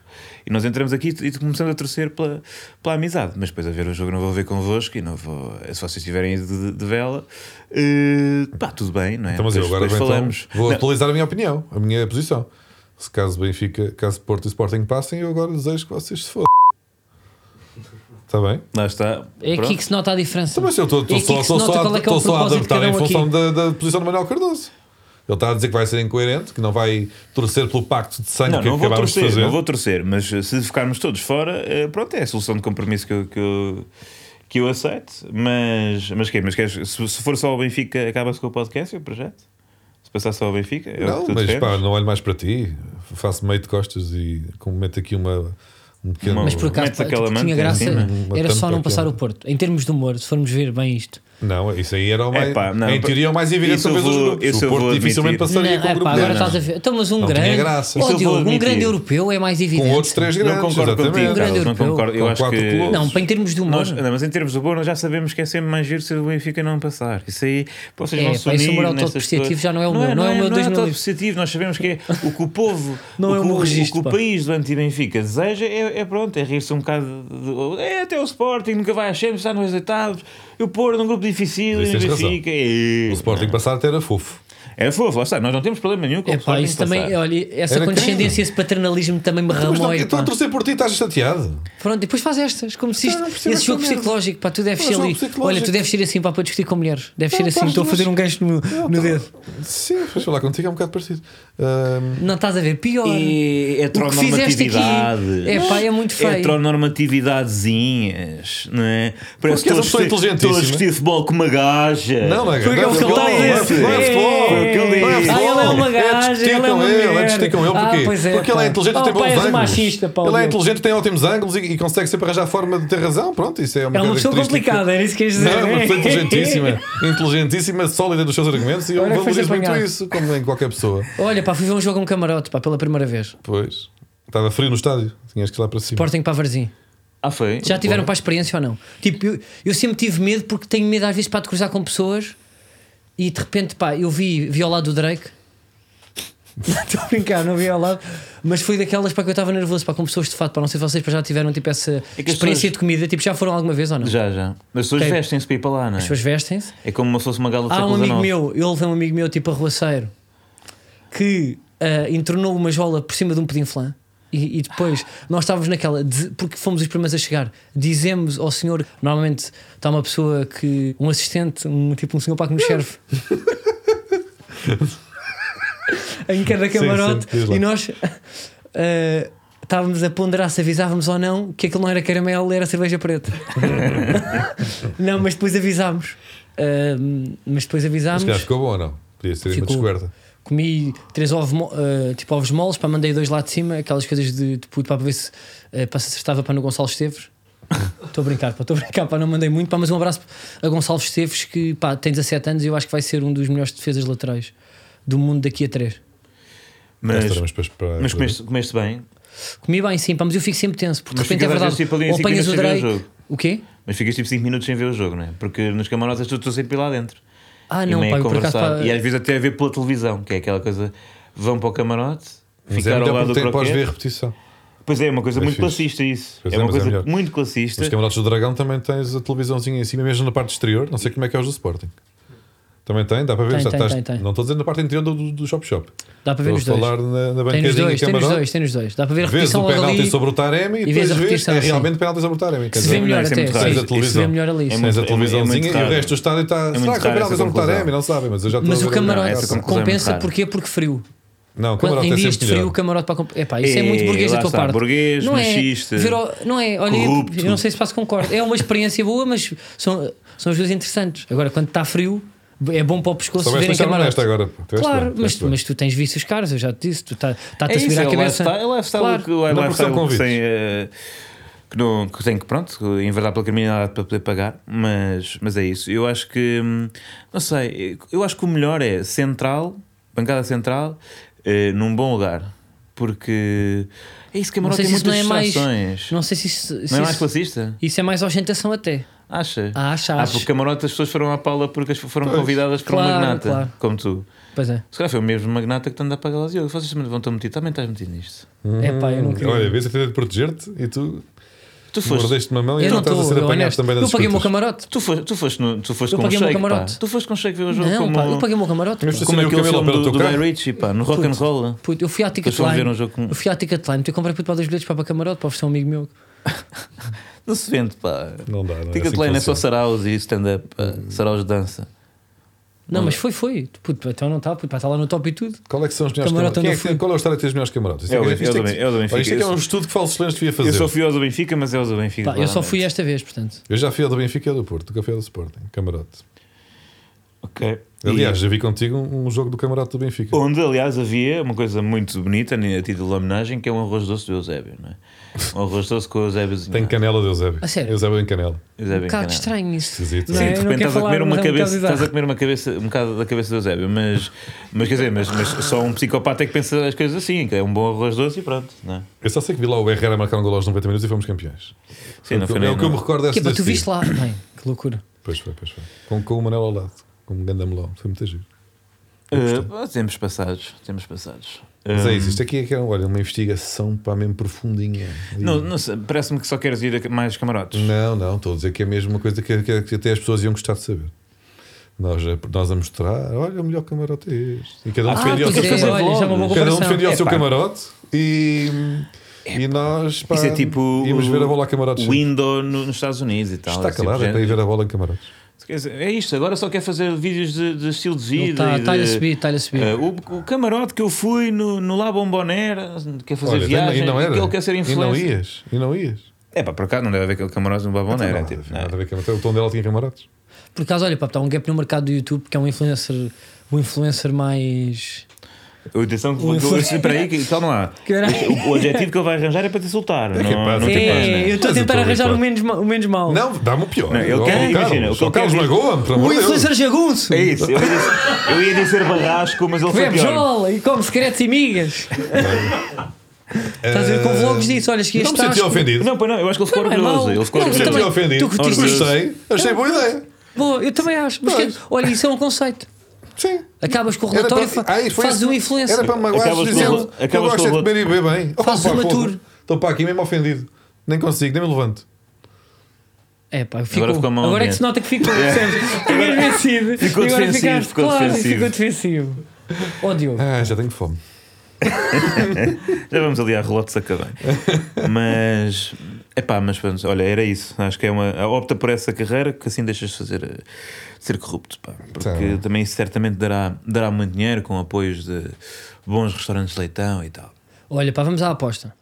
D: E nós entramos aqui e começamos a torcer pela, pela amizade. Mas depois a ver o jogo não vou ver convosco e não vou. Se vocês estiverem ido de, de vela, eh, pá, tudo bem, não é?
B: Então, mas eu
D: Depois-
B: agora
D: depois
B: vou, então,
D: falamos.
B: vou
D: Não,
B: atualizar a minha opinião, a minha posição. Se caso Benfica, caso Porto e Sporting passem, eu agora desejo que vocês se fodam. Está bem?
D: lá está.
A: É
D: Pronto.
A: aqui que se nota a diferença.
B: Então, Mas eu estou
A: É
B: estou
A: aqui
B: só,
A: que se
B: estou
A: nota
B: só a-
A: qual é que é o
B: estou só a
A: propósito de
B: adaptar
A: cada
B: em
A: um
B: função
A: aqui.
B: da, da posição do Manuel Cardoso. Ele está a dizer que vai ser incoerente, que não vai torcer pelo pacto de sangue
D: Não,
B: que
D: não vou
B: acabámos de
D: torcer,
B: fazer.
D: não vou torcer, mas eh, se ficarmos todos fora, eh, pronto, é a solução de compromisso que eu, que eu, que eu aceito. Mas, mas quê? Mas queres, se, se for só o Benfica, acaba-se com o podcast e o projeto? Se passar só o Benfica, é o
B: Não,
D: que tu
B: mas
D: defendes?
B: pá, não olho mais para ti. Faço meio de costas e com- meto aqui uma, Um pequeno-
A: Mas por acaso
D: Metes
A: pá,
D: aquela
A: tipo,
D: manta
A: tinha
D: em
A: graça,
D: cima.
B: Uma
A: era só
B: tampa
A: não passar
B: aquela.
A: o Porto. Em termos de humor, se formos ver bem isto,
B: Não, isso aí era o mais.
D: Epá, não,
B: em teoria é o mais evidente
D: isso eu
B: sobre os
D: vou-
B: grupos.
D: isso
B: o
D: eu
B: Porto
D: vou
B: dificilmente
D: admitir.
A: Não,
B: passaria com o
A: é
B: grupo
A: pá,
B: dele.
A: agora estás a ver. Então, mas um
B: Não tinha
A: grande.
B: graça.
A: Oh,
D: Isso eu
A: Diogo,
D: vou
A: um
D: admitir.
A: grande europeu é mais evidente.
B: Com outros três
D: Não
B: grandes.
D: concordo contigo,
B: exatamente.
A: grande
D: Carlos, não
A: europeu.
D: concordo. Eu
B: Com
D: acho
B: quatro
D: que.
B: clubes.
A: Não, para em termos de humor.
D: Nós, não, mas em termos de humor, nós já sabemos que é sempre mais giro se o Benfica não passar. Isso aí, vocês
A: É,
D: vão se
A: pá, esse
D: unir
A: humor
D: nessas
A: autodepreciativo
D: coisas.
A: já não é o meu, não é o meu
D: não é
A: 2000.
D: autodepreciativo, nós sabemos que é o que o povo,
A: [LAUGHS] Não
D: o,
A: é o
D: que
A: meu registro,
D: o que
A: pá.
D: o país do anti-Benfica deseja é, é pronto, é rir-se um bocado. de- é até o Sporting, nunca vai a Champions, está nos oitavos, eu pôr num grupo difícil
B: Mas
D: e o
B: tens razão.
D: Benfica. é-
B: O Sporting passado até era fofo.
D: Era fofo, lá está, nós não temos problema nenhum com
A: É
D: o Sporting
A: isso também,
D: passar.
A: olha, essa
B: Era
A: condescendência,
B: incrível. Então,
A: esse paternalismo também me
B: Mas não,
A: ramóia.
B: estou a
A: pá.
B: torcer por ti, estás chateado.
A: Pronto, e depois faz estas, como se
B: Não,
A: isto,
B: não percebo
A: esse
B: esta
A: jogo
B: merda.
A: psicológico, pá, tu deves
B: Não é
A: ser
B: jogo
A: ali.
B: psicológico.
A: Olha, tu deves ser assim, pá, para discutir com mulheres. Deves ser
B: Não,
A: assim,
B: pá,
A: estou a
B: mas-
A: fazer um gancho no, no dedo.
B: Sim, pois falar contigo é um bocado parecido. Ahm,
A: Não estás a ver? Pior.
D: E heteronormatividade.
A: É pá, é muito feio.
D: Heteronormatividadezinhas, não é? Parece
B: Porque és uma pessoa
D: estou a discutir-
B: inteligentíssima.
D: estou a discutir futebol com uma gaja.
B: Não, mas
D: Foi
B: não
D: aquele
B: é
D: que ele
B: futebol, não é
D: está a dizer.
B: futebol, não é futebol.
D: Foi aquele que ele
B: Não é futebol.
D: disse.
A: Ah, ele é uma
B: É
A: gaja,
B: discutir
A: ele é
B: com
A: uma
B: ele, é
A: mulher.
B: discutir com ele,
A: Ah,
B: porquê?
A: pois é,
B: Porque ele
A: pá.
B: é inteligente e
A: Oh,
B: tem
A: pá,
B: bons
A: és
B: ângulos.
A: machista, pá,
B: ele é
A: Diogo.
B: inteligente, tem ótimos ângulos e, e consegue sempre arranjar forma de ter razão. Pronto, isso é uma
A: Era uma pessoa
B: característica-
A: complicada, era isso que queres dizer.
B: Não, é uma pessoa inteligentíssima,
D: [LAUGHS]
B: inteligentíssima, sólida nos seus argumentos e eu
A: Agora
B: valorizo
A: foste
B: muito
A: apanhado.
B: isso, como em qualquer pessoa.
A: [LAUGHS] Olha, pá, fui ver um jogo a um camarote, pá, pela primeira vez.
B: Pois. Estava frio no estádio, tinhas que ir lá para cima.
A: Portem para Varzim.
D: Ah, foi?
A: Já tiveram para a experiência ou não? Tipo, eu, eu sempre tive medo porque tenho medo às vezes para te cruzar com pessoas e de repente, pá, eu vi, vi ao lado do Drake. [LAUGHS] Estou a brincar, não vi ao lado. Mas foi daquelas para que eu estava nervoso para com pessoas de fato, para não sei se vocês pá, já tiveram tipo essa
D: É que as
A: experiência
D: pessoas-
A: de comida, tipo, já foram alguma vez ou não?
D: Já, já. As pessoas
A: Ok.
D: vestem-se para ir para lá, não é?
A: As pessoas vestem-se.
D: É como se fosse uma gala do
A: Há um
D: século
A: amigo
D: XIX.
A: meu, ele tem um amigo meu, tipo arruaceiro, que ah, entornou uma jola por cima de um pudim flan. E, e depois nós estávamos naquela, de- porque fomos os primeiros a chegar, dizemos ao senhor: normalmente está uma pessoa que, um assistente, um, tipo um senhor para que nos
B: [LAUGHS]
A: serve. em cada
B: sim,
A: camarote,
B: diz lá.
A: e nós ah, estávamos a ponderar se avisávamos ou não que aquilo não era caramelo, era cerveja preta. Não, mas depois avisámos. Ahm, mas depois
B: Mas
A: avisámos.
B: calhar ficou bom ou não? Podia ser uma
A: Ficou.
B: descoberta.
A: Comi três ovos, mo- ah, tipo ovos moles, para mandei dois lá de cima, aquelas coisas de, de puto pá, para ver se, ah, pá, se acertava para no Gonçalo
D: [LAUGHS]
A: Esteves. Estou a brincar, pá, estou a brincar, pá, não mandei muito, pá, mas um abraço a Gonçalo Esteves que pá, tem 17 anos e eu acho que vai ser um dos melhores defesas laterais do mundo daqui a três.
B: Mas,
D: Mas,
B: depois para,
D: mas comeste, comeste bem.
A: Comi bem sim, pá, mas eu fico sempre tenso, porque
D: Mas
A: de repente é
D: ficas às
A: verdade.
D: vezes, tipo, ali em
A: ou
D: cinco
A: apanhas o
D: minutos sem ver o
A: Drake.
D: jogo.
A: O quê?
D: Mas ficas tipo 5 minutos sem ver o jogo, não é? Porque nos camarotes tu estou sempre lá dentro.
A: Ah,
D: E
A: não,
D: meio
A: pá,
D: a
A: eu por acaso,
D: conversar.
A: pá,
D: E é às vezes até a ver pela televisão, que é aquela coisa. Vão para o camarote,
B: Mas é
D: ficar ao
B: melhor
D: lado do
B: porque tem- podes
D: croquete.
B: ver a repetição.
D: Pois é, é uma coisa
B: É
D: muito
B: fixe.
D: classista isso.
B: Pois
D: é
B: é,
D: uma
B: mas é
D: coisa
B: melhor.
D: muito
B: Nos
D: classista.
B: camarotes do Dragão também tens a televisãozinha em cima, mesmo na parte exterior. Não sei como é que é os do Sporting. Também tem, dá para ver.
A: Tem,
B: já
A: tem,
B: estás-
A: tem, tem.
B: Não estou a dizer na parte interior do, do- do Shop Shop.
A: dá para ver
B: Estou a
A: os dois.
B: falar
D: um
B: na, na
A: Tem
B: bancadinha
A: nos dois,
B: em
A: tem nos
B: camarote.
A: dois, tem nos dois. Dá para ver a
B: Vês
A: repetição
B: o
A: logo
B: penalti
A: ali.
B: sobre o Taremi e,
A: e vês
B: depois
A: a
B: vês
A: repetição,
B: é
A: sim.
B: realmente penaltis sobre o Taremi. quer
A: Se
B: dizer,
A: vê melhor
D: Não, isso é
A: até,
D: muito
A: sim,
D: raro.
B: Tens a
A: se
B: televisão.
A: vê melhor ali.
D: É
A: sim.
B: Tens a
D: muito- é muito- é
B: televisãozinha
D: muito
B: e o
D: raro.
B: resto do estádio está. será
D: muito
B: que o
D: raro
B: penalti
D: essa
B: sobre o
D: conclusão.
B: Taremi? Não sabem, mas eu já estou
A: Mas
B: a
A: o
B: ver-
D: Não,
A: camarote
D: essa conclusão é muito
A: compensa
D: rara.
A: porquê? Porque frio.
B: Não, o
A: Quando,
B: camarote
A: em
B: é
A: dias de
B: sempre
A: frio,
B: melhor.
A: o camarote para. comp- Epá, isso é
D: Ei,
A: muito burguês
D: lá
A: da tua
D: está,
A: parte.
D: burguês,
A: não é,
D: machista,
A: ver ao- não é, olha, eu,
D: corrupto.
A: eu não sei se passo concordo. É uma experiência boa, mas são, são as duas interessantes. Agora, quando está frio, é bom para o pescoço
B: Soubeste
A: ver em
B: deixar-me
A: camarote.
B: honesto agora. Tiveste
A: Claro,
B: bem,
A: mas,
B: tiveste bem.
A: mas tu tens vícios caros, eu já te disse. Tu está-te
D: É
A: a
D: isso,
A: subir à
D: é o
A: cabeça.
D: lifestyle- É o lifestyle
A: Claro.
D: que, o
B: Não porque são
D: lifestyle que,
B: convites.
D: tem, eh, que, não, que tem que, pronto, enverdar pela criminalidade para poder pagar, mas, mas é isso. Eu acho que, hum, não sei, eu acho que o melhor é central, bancada central, eh, num bom lugar, porque é isso,
A: Não
D: camarote
A: sei
D: tem
A: se isso não
D: muitas
A: é mais.
D: distrações. Não,
A: Não sei se isso. se
D: é mais
A: isso,
D: classista?
A: isso é mais ostentação até.
D: Achas?
A: Ah, acha,
D: Ah,
A: acha.
D: porque camarote as pessoas foram à Paula porque as foram convidadas para
A: Claro,
D: uma magnata,
A: claro.
D: como tu.
A: Pois é.
D: Se calhar foi o mesmo magnata que te anda a pagar lá. Diogo, vocês também vão estar metido, também estás metido nisto.
A: É pá, eu não queria.
B: Olha, vês a tentei de proteger-te e tu
D: Tu foste,
B: mordeste uma mão e
A: eu
B: agora
A: não
B: estás a
A: estou.
B: ser
A: Eu,
B: apanhado
A: honesto.
B: também nas
A: eu paguei o meu
B: escutas.
A: camarote.
D: tu foste, tu foste, no, tu foste
A: Eu
D: com um
A: paguei o meu
D: shake, pá.
A: camarote.
D: Tu foste com um shake ver o jogo
A: Não,
D: como,
A: pá, eu paguei o meu camarote.
B: Mas
A: pá.
B: tu
D: como
B: sabia o
D: aquele
B: cabelo
D: filme
B: pelo
D: do,
B: teu
D: do Guy
B: carro?
D: Ritchie, pá, no rock and roll.
A: Puto, eu fui à
D: Depois foram
A: Ticketline.
D: ver um jogo com-
A: Eu fui à Ticketline. Tu comprei puto, para dois bilhetes para o camarote para oferecer a um amigo meu.
D: Não se vende, pá.
B: Não dá, não é assim que
D: Ticketline é só
B: funciona. Hum.
D: saraus e stand-up, pá. saraus de dança.
A: Não, mas foi, foi. Puto, então não está, puto, pá, está lá no top e tudo.
B: Qual é que são os melhores
A: Camarote
B: camarotes? Quem é
A: onde
B: que
A: eu
B: tem-
A: fui.
B: Qual é o estar a ter os melhores camarotes? Isto
D: É o
B: que-
D: Ben-
B: isto
D: é o
B: que-
D: Ben- é o do Benfica.
B: Olha, Isto é que é
D: Eu
B: um
D: sou-
B: estudo que Falso Excelente devia fazer.
D: Eu só fui ao do Benfica, mas é ao do Benfica. né?
A: Pá, eu só
D: claramente.
A: fui esta vez, portanto.
B: Eu já fui ao do Benfica e ao do Porto, nunca fui ao do Sporting, camarote.
D: Ok, Ok.
B: Aliás,
D: E-
B: já vi contigo um, um jogo do Camarato do Benfica.
D: Onde, aliás, havia uma coisa muito bonita, né, a título de homenagem, que é um arroz doce do Eusébio, não é? Um arroz doce com o Eusébio
B: Tem canela de Eusébio.
A: A sério?
B: Eusébio em canela.
A: Um
D: Eusébio
A: bocado
D: Canal.
A: estranho isso.
B: Esquisito.
A: Não
D: Sim,
A: é?
D: de
A: Eu não
D: repente
A: quero
D: estás a
A: falar,
D: comer uma
A: mas é um
D: cabeça,
A: bocado
D: estás a comer uma cabeça, um bocado da cabeça do Eusébio, mas, mas quer dizer, mas, mas só um psicopata é que pensa as coisas assim, que é um bom arroz doce e pronto, não é?
B: Eu só sei que vi lá o Herrera marcar um gol aos 90 minutos e fomos campeões.
D: Sim, não
B: é o
D: foi
B: que- é
D: nem-
B: o que eu me
D: não-
B: recordo desse
A: Que, pá, tu
B: desse
A: viste
B: dia.
A: lá. Bem, que loucura.
B: Pois foi, pois foi. Com, com o Manel ao lado, com um grande melão. Foi muito giro.
D: Ah, temos passados, temos passados.
B: Mas é
D: Ah,
B: isso, isto aqui é que é olha, uma investigação para mesmo profundinha.
D: Não, não sei, parece-me que só queres ir a mais camarotes.
B: Não, não, estou a dizer que é mesmo uma coisa que, que- que até as pessoas iam gostar de saber. Nós, a- nós a mostrar, olha, o melhor camarote é este. E cada um
D: Ah,
B: defendia o
A: pois
B: seu
A: é,
B: camarote.
A: olha, já é uma boa
B: Cada um
A: comparação.
B: defendia o seu
D: Epá.
B: camarote e, e nós pá,
D: Isso é tipo.
B: íamos ver a bola a camarotes.
D: Window no- nos Estados Unidos e tal.
B: Está
D: esse tipo
B: calado,
D: de
B: é para ir
D: género.
B: ver a bola em camarotes.
D: Quer dizer, é isto, agora só quer fazer vídeos de, de estilo de
A: Ele
D: vida.
A: tá-
D: e de-
A: Está-lhe a subir, está-lhe a subir.
D: Eh, o, o camarote que eu fui no, no La Bombonera quer fazer
B: Olha,
D: viagem
B: e não era.
D: ele quer ser
B: e não
D: influencer.
B: ias, e não ias.
D: É pá, por acaso não deve haver aquele camarote no La
B: Não,
D: Bombonera.
B: nada,
D: tipo, não é?
B: nada a ver com- até O tom dela tinha camarotes.
A: Por acaso, olha, pá, está um gap no mercado do YouTube, que é um influencer, o influencer mais.
D: Eu, Atenção, que-
A: O
D: que-
A: influencer-
D: espera aí, que- calma lá.
A: Caralho.
D: O, o adjetivo que ele vai arranjar é para te insultar. não,
B: capaz,
D: não
B: é
D: te
A: É,
B: capaz,
D: paz, né?
A: eu estou a
B: Mas eu
A: tentar
B: tô
A: arranjar
B: habituado.
A: o menos, ma- o menos mau.
B: Não, dá-me o pior.
D: Não, ele
B: Oh,
D: quer-
B: Carlos,
D: imagina, o que
B: oh,
D: ele
B: Carlos
D: quer dizer-
B: magoa-me, pelo amor
A: O
B: de Deus.
A: influencer jagunço!
D: É isso, eu ia, dizer, eu ia dizer barrasco, mas ele foi
A: Bebe
D: pior.
A: jola e come secretos e migas. Estás a ver com vlogs disso? Olha, que
B: Eh, Não
A: este
B: me senti
A: tasco-
B: ofendido.
D: Não, pois não, eu acho que ele ficou
A: Não, não é
D: orgulhoso.
A: mau.
D: Ele ficou
A: Não, eu
B: Não me
D: orgulhoso.
B: senti
A: também-
B: ofendido.
A: tu curtiste
B: Gostei, achei boa ideia.
A: Bom, eu também acho. Mas que- olha, isso é um conceito.
B: Sim.
A: Acabas com o
B: Era
A: relatório e fa-
B: para- Ah, isso foi
A: fazes
B: isso.
A: um influencer.
B: Era para me magoar
D: Acabas
B: dizendo
D: com o-
B: que eu
D: acabas
B: gosto é
D: com
B: de
D: o-
B: comer e beber bem. Oh,
A: Fazes
B: pá,
A: uma
B: pô,
A: tour.
B: Estou para aqui mesmo ofendido. Nem consigo, nem me levanto.
A: É pá, ficou.
D: Agora
A: Agora,
D: ficou mal,
A: é que
D: né?
A: se nota que ficou,
D: [LAUGHS]
A: percebes? Primeiro vencido.
D: Ficou
A: e agora
D: defensivo,
A: ficaste-
D: ficou
A: claro,
D: defensivo.
A: Ficou defensivo. Ó Diogo.
B: Ah, já tenho fome.
D: Já vamos ali à relotes acabar. mas. Epá, mas pronto, olha, era isso. Acho que é uma. Opta por essa carreira que assim deixas de fazer. eh, de ser corrupto, pá. Porque
B: Tá.
D: também isso certamente dará, dará muito dinheiro com apoios de bons restaurantes de leitão e tal.
A: Olha, pá, vamos à aposta.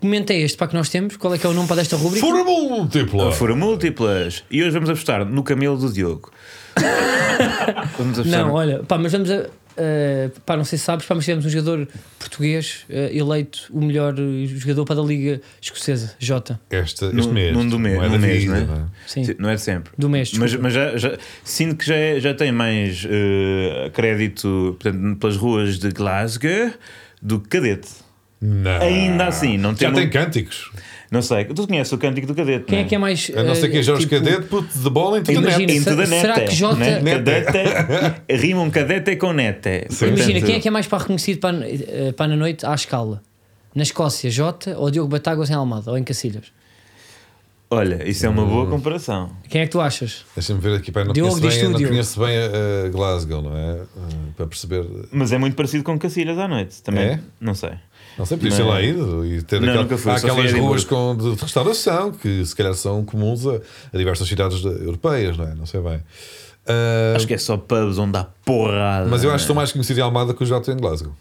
A: Comenta este para que nós temos. Qual é que é o nome para desta rubrica?
B: Fura múltipla.
D: Foram múltiplas. E hoje vamos apostar no camelo
A: [LAUGHS]
D: do Diogo. vamos apostar.
A: Não, olha, pá, mas vamos a. eh, pá, não sei se sabes, pá, mas tivemos um jogador português eh, eleito o melhor eh, jogador para a Liga Escocesa, Jota.
B: Este, este
D: Num-
B: mês.
D: num do mês,
B: Não é
D: num
B: da
D: mês,
B: vida,
D: né?
B: não é?
A: Sim.
D: Sim, Não é de sempre.
A: Do mês,
D: Mas,
A: desculpa.
D: mas já, já- sinto que já, é- já tem mais eh, crédito portanto, pelas ruas de Glasgow do que cadete.
B: Não.
D: Ainda assim, não
B: Já
D: tem
B: tem
D: muito-
B: cânticos.
D: Não sei, tu conheces o cântico do cadete.
A: Quem é
D: não
A: que é mais.
B: A não ser
A: eh,
B: que é Jorge
A: tipo,
B: Cadete, puto de bola, então
A: Imagina, eh,
B: net.
D: Into
A: se-
D: the nete,
A: será que Jota-
D: né?
B: Nete.
D: Cadete, rima um cadete com nete.
A: Imagina,
B: né?
D: Portanto,
A: quem é que é mais para reconhecido para, eh, para na noite à escala? Na Escócia, Jota ou Diogo Batáguas em Almada ou em Cacilhas?
D: Olha, isso é uma boa comparação.
A: Quem é que tu achas?
B: Deixa-me ver aqui, pá, não
A: Diogo,
B: conheço
A: diz
B: bem,
A: tu,
B: não
A: Diogo.
B: conheço bem a, a Glasgow, não é? Ah, para perceber.
D: Mas é muito parecido com Cacilhas à noite também.
B: É?
D: Não sei.
B: Não sei, podias ter
D: Não.
B: lá ido e ter
D: Não,
B: aquela-
D: nunca fui,
B: há
D: só fui a
B: aquelas
D: Edimburgo.
B: ruas com, de restauração que se calhar são comuns a, a diversas cidades de- europeias, não é? Não sei bem. Ah,
D: Acho que é só pubs onde há porrada.
B: mas eu acho que
D: né?
B: sou mais conhecido em Almada que o Jato em Glasgow.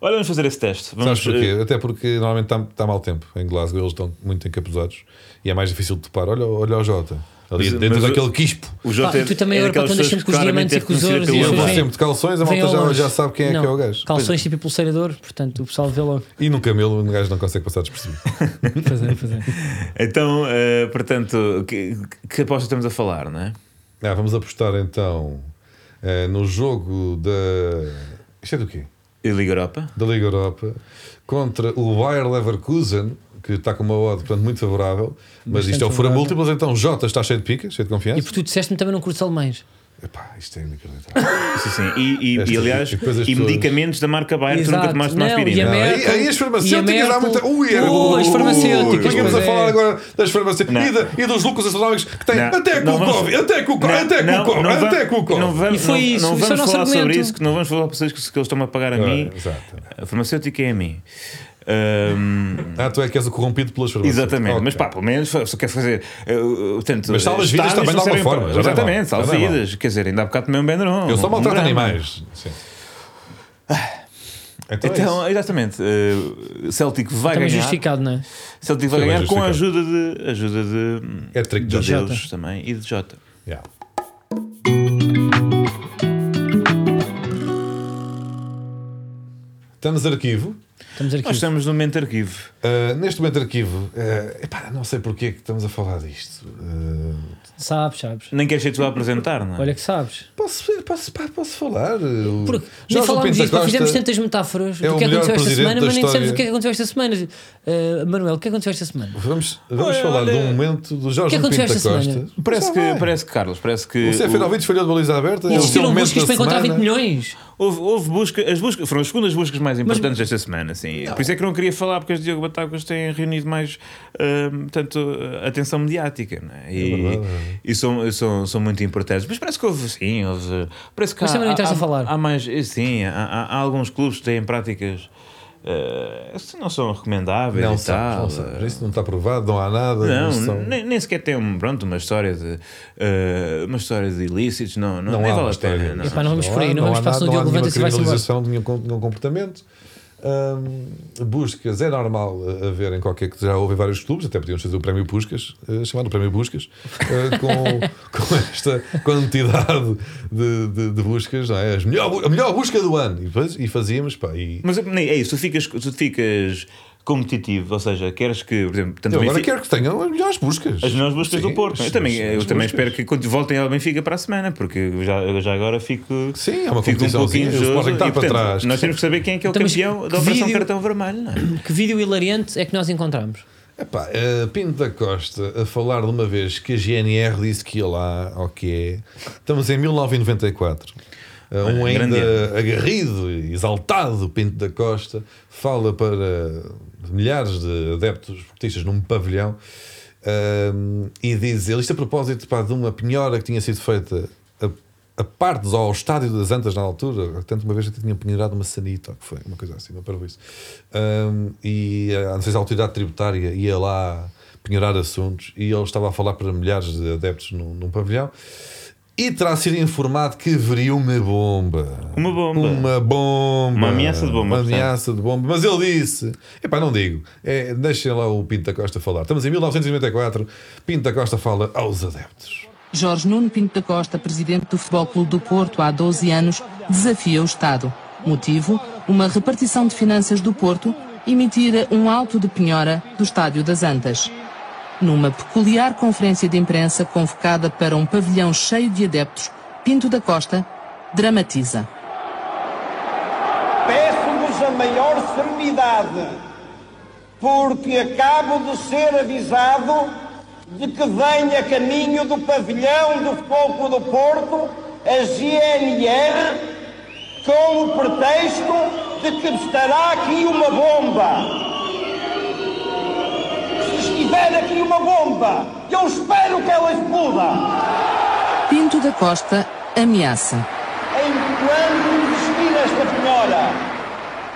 D: Olha, vamos fazer esse teste. Vamos, eh,
B: Sabes porquê? Até porque normalmente está tá mau tempo. Em Glasgow eles estão muito encapuzados e é mais difícil de topar. Olha, olha o Jota, ali
D: Mas-
B: dentro
D: mas eu-
B: daquele quispo.
D: O Jota
A: Pá,
D: é-
A: Ah, e tu também
D: é
A: agora,
D: daquelas
A: pá, tu andas
D: pessoas
A: sempre com os
D: claramente
A: diamantes e
D: é
A: com os
D: reconhecida
A: ouros
D: pelo
A: e as
B: Eu
D: amor.
B: vou
A: pessoas vêm-
B: sempre de calções, a
A: Vem
B: malta
A: ao
B: já,
A: longe.
B: já sabe quem é que é o
A: Não,
B: gajo.
A: Calções tipo pulseirador, portanto o pessoal vê logo.
B: E no camelo um gajo não consegue passar despercebido.
A: [LAUGHS] Pois é, pois é.
D: Então, eh, portanto, que, que aposta estamos a falar, não é?
B: Ah, vamos apostar então eh, no jogo da. Isto é do quê?
D: E Liga Europa?
B: Da Liga Europa contra o Bayer Leverkusen, que está com uma odd portanto, muito favorável, mas
A: Bastante
B: isto é o fura
A: favorável.
B: múltiplas, então Jota está cheio de pica, cheio de
A: E
B: confiança.
A: porque tu disseste-me também não curto alemães.
B: Epá, isto é inacreditável.
D: Sim, sim. E, e-
B: Esta-
D: e, aliás,
B: e depois as
D: e
B: pessoas-
D: medicamentos da marca Bayer, tu nunca
A: Exato.
D: tomaste uma
A: Não, e a
D: aspirina.
B: Não, aí,
A: Merkel-
B: aí as
A: e a
B: farmacêuticas há
A: Merkel-
B: muita. Ui, era
A: Ui, as farmacêuticas,
B: Vínhamos a
A: pois é.
B: falar agora das farmacêuticas
D: Não.
B: e, da- e dos lucros astronómicos que têm.
D: Não,
B: até com
D: não
B: o
D: vamos-
B: Covid, até com o Covid,
D: Não,
B: até com o
D: não,
B: Covid,
D: não vamos-
B: até com o
D: Não
B: Covid.
D: vamos,
A: E foi
D: não-
A: isso,
D: não
A: isso é o
D: vamos
A: nosso
D: falar sobre
A: argumento.
D: isso, que não vamos falar sobre vocês que, que eles estão a pagar a mim.
B: Ah, Exato.
D: A farmacêutica é a mim. Ahm,
B: Ah, tu é que és o corrompido pelas farmacêuticas.
D: Exatamente,
B: Ok.
D: mas pá, pelo menos fa- se quer fazer. eh, o- o- Portanto,
B: Mas salvas vidas
D: estágios
B: também de
D: não
B: alguma
D: servem
B: forma,
D: para-
B: já não é mal.
D: Exatamente, salvas
B: Já não é mal.
D: vidas. Quer dizer, ainda há bocado também um Benderon.
B: Eu só
D: um
B: maltrato
D: drama.
B: animais. Sim. Então, é
D: Ah, Então,
B: isso.
D: exatamente, eh, Celtic vai
A: Também
D: ganhar.
A: justificado, não é?
D: Celtic vai
B: Foi bem
D: ganhar com a
B: justificado.
D: ajuda de ajuda de
B: É trick
D: de
B: de
A: Jota.
D: Deus também e de Jota.
B: Yeah. Estamos arquivo.
A: Estamos aqui.
D: Nós estamos no momento arquivo.
B: Uh, neste momento arquivo, uh, epá, não sei porque é que estamos a falar disto. Uh,
A: Sabes, sabes.
D: Nem queres ser tu a apresentar, não é?
A: Olha que sabes.
B: posso, posso, pá, posso falar? O
A: Porque nem
B: Jorge
A: falámos
B: Pinto da
A: disso, mas fizemos
B: Costa-
A: tantas metáforas
B: é
A: do
B: o
A: que
B: melhor
A: aconteceu esta
B: presidente
A: semana,
B: da
A: mas nem dissemos
B: história.
A: o que é que aconteceu esta semana. Eh, Manuel, o que é que aconteceu esta semana?
B: Vamos, vamos
D: Olha,
B: falar de
D: olha.
B: um momento do Jorge
A: O que é que
B: Pinto da
A: aconteceu esta
B: Costa.
A: semana?
D: Parece
B: Já
D: que,
B: vai.
D: parece que, Carlos, parece que.
B: O Seferovic falhou de baliza aberta.
A: Eles
B: esse é o
A: tiram
B: momento
A: buscas
B: da
A: para encontrar
B: semana.
A: 20 milhões.
D: Houve, houve busca, as buscas, foram as segundas buscas mais importantes desta semana, sim. Por isso é que não queria falar, porque as Diogo Batacos têm reunido mais hum, tanto eh, atenção mediática, não é? E,
B: verdade,
D: e são, são, são muito importantes. Mas parece que houve, sim, houve. Parece que
A: Mas
D: há,
A: também não
D: há-
A: interessa
D: há-
A: falar.
D: Há mais, eh, sim, há, há- há alguns clubes que têm práticas eh, que não são recomendáveis
B: Não
D: e
B: sabes,
D: tal.
B: não sabes. Isso não está provado, não há nada.
D: Não,
B: são-
D: nem, nem sequer tem um, pronto, uma história de eh, uma história de ilícitos, não, não,
B: Não
D: nem
B: há
D: vale
B: uma
D: a pena.
B: história.
D: não.
A: Epá, não vamos por aí,
B: há-
A: não vamos
B: há
A: para a
B: nada,
A: São Diogo,
B: Não há nenhuma
A: levanta-se e vai-se embora.
B: criminalização de nenhum, com- nenhum comportamento. Hum, buscas, é normal uh, haver em qualquer que já houve em vários clubes, até podíamos fazer o prémio Buscas, uh, chamado prémio
A: [LAUGHS]
B: Buscas, uh, com, com esta quantidade de, de, de buscas, não é? As melhor, bu- a melhor busca do ano. E, depois- e fazíamos, pá, e
D: Mas nem- é isso, tu ficas, tu ficas competitivo, ou seja, queres que, por exemplo, tanto
B: eu
D: o
B: agora
D: Benfica-
B: quero que tenham as melhores buscas.
D: as melhores buscas
B: Sim,
D: do Porto. é?
B: as-
D: Eu também,
B: as-
D: eu
B: as
D: também
B: buscas.
D: espero que quando voltem ao Benfica para a semana, porque eu já, eu já agora fico.
B: Sim, é uma
D: fico um
B: competiçãozinha,
D: pouquinho
B: o
D: injusto.
B: Sporting está
D: E,
B: para trás.
D: Nós temos que saber quem é que é o
A: Então, mas
D: campeão
A: que
D: da Operação
A: vídeo-
D: Cartão Vermelho, não é?
A: Que vídeo hilariante é que nós encontramos?
B: Epá, eh, Pinto da Costa a falar de uma vez que a GNR disse que ia lá, ao que é. Estamos em 1994. Eh, um
D: Olha, grande
B: ainda agarrido e exaltado Pinto da Costa fala para milhares de adeptos portistas num pavilhão ehm, e diz ele, isto a propósito pá, de uma pinhora que tinha sido feita a, a partes ao estádio das Antas na altura, tanto uma vez que tinha penhorado uma sanita, ou o que foi uma coisa assim, uma parvoíce. Ehm, e eh, não sei se a autoridade tributária ia lá penhorar assuntos e ele estava a falar para milhares de adeptos num, num pavilhão e terá sido informado que haveria uma bomba.
D: Uma bomba.
B: Uma bomba.
D: Uma ameaça de bomba,
B: Uma
D: portanto.
B: ameaça de bomba. Mas ele disse: epá, não digo. É, deixem lá o Pinto da Costa falar. Estamos em 1994. Pinto da Costa fala aos adeptos.
E: Jorge Nuno Pinto da Costa, presidente do Futebol Clube do Porto há 12 anos, desafia o Estado. Motivo: uma repartição de finanças do Porto emitir um auto de penhora do Estádio das Antas. Numa peculiar conferência de imprensa convocada para um pavilhão cheio de adeptos, Pinto da Costa dramatiza.
F: Peço-vos a maior serenidade, porque acabo de ser avisado de que vem a caminho do pavilhão do Foco do Porto a GNR com o pretexto de que estará aqui uma bomba. Se estiver aqui uma bomba, eu espero que ela exploda.
E: Pinto da Costa ameaça.
F: Enquanto existir esta penhora,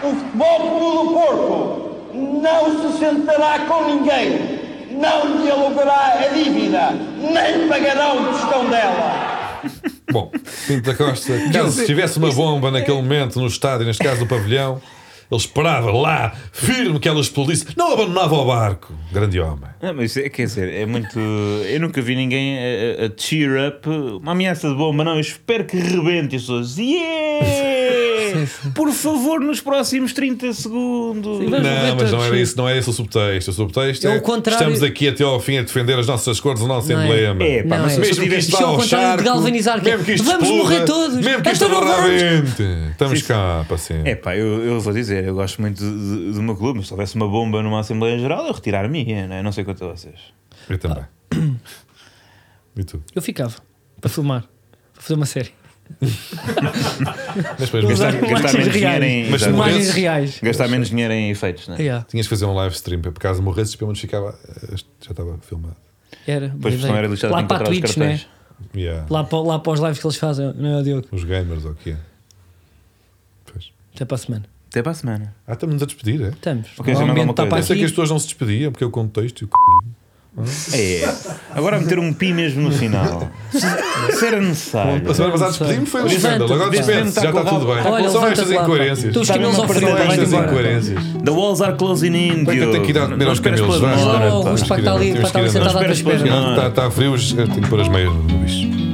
F: o futebol Clube do Porto não se sentará com ninguém, não dialogará a dívida, nem pagará o tostão dela.
B: Bom, Pinto da
D: [LAUGHS]
B: Costa, caso se tivesse uma bomba naquele momento no estádio, neste caso no pavilhão, ele esperava lá, firme que ela explodisse. Não abandonava o barco. Grande homem.
D: Não, mas isso é- quer dizer, é muito. Eu nunca vi ninguém a, a- a cheer up uma ameaça de bomba, não. Eu espero que rebente as pessoas.
B: [LAUGHS]
D: Yeah! Por favor, nos próximos 30 segundos.
A: Sim, Mas
B: Não, é mas não
A: todos,
B: era
A: sim.
B: isso, não era esse o subtexto. O subtexto
A: É o
B: é,
A: contrário.
B: estamos aqui até ao fim a defender as nossas cores, o nosso
A: Não é?
B: emblema.
D: É, pá,
A: Não,
D: mas
A: é.
D: se
A: Mesmo
D: eu
B: Mesmo que
D: tivesse.
A: Isto é
B: isto vá
A: o
B: ao
A: contrário de
B: charco,
A: galvanizar, que é,
B: mesmo que isto
A: vamos
B: exploda,
A: morrer todos,
B: mesmo que isto
A: então não
B: vá à
A: vamos.
B: mente. Estamos cá, para sempre.
D: É pá, eu, eu vou dizer, eu gosto muito de- de- do meu clube, mas se houvesse uma bomba numa Assembleia Geral, eu retirar-me, não, é? não sei quanto a vocês.
A: [COUGHS]
B: Eu também. E tu?
A: Eu ficava para filmar, para fazer uma série.
B: Mas tá- depois
A: Usar
B: gastar-
D: gastar
A: imagens
D: menos dinheiro
A: reais.
D: em-
B: Mas tu
A: imagens
B: morresses?
A: reais.
D: Gastar menos dinheiro em efeitos, não é?
A: Yeah,
B: Tinhas que fazer um live stream, para por caso morresses, pelo menos ficava. eh, Já estava filmado.
A: era.
D: Pois
A: Mas
D: não
A: bem,
D: era lixado de
A: lá para a
D: encontrar os
A: Twitch, né?
D: cartões.
B: Yeah.
A: lá, para, lá para os lives que eles fazem, não é, Diogo?
B: Os gamers, ou o que é? Pois.
A: Até para a semana.
D: Até para a semana.
B: Ah, estamos a despedir, é?
A: Estamos.
D: Ok, já
A: O
D: não há
A: ambiente
D: alguma
A: está
D: coisa.
A: para
B: Pensei
A: aqui.
B: que as pessoas não se despediam, porque é o contexto e o c...
D: É. Agora meter um pi mesmo no final. Se era necessário.
B: A semana passada despedimos, foi um
A: Levanta,
B: escândalo. Agora
A: levanta.
B: despede já está tudo bem.
A: Olha,
B: São
A: levanta-te
B: estas
A: lá, pá.
B: incoerências.
A: Tu os
D: Está
A: caminhões ao
D: mesmo a
A: frente,
D: perder,
B: São
A: vai
D: vai-te
B: estas
A: embora.
B: incoerências.
D: The walls are closing
B: Bem
D: in.
B: que eu tenho que ir dar de comer
D: Não
B: aos
D: esperas
B: camelos.
D: pelas
B: Vai,
D: nove.
A: Oh,
B: vai,
A: o
B: vai.
A: Augusto está ali,
B: Temos que ir,
A: está ali
B: temos
A: sentado
D: que
A: à
D: ir.
A: espera.
D: Não.
B: Está, está frio, tenho que pôr as meias no bicho.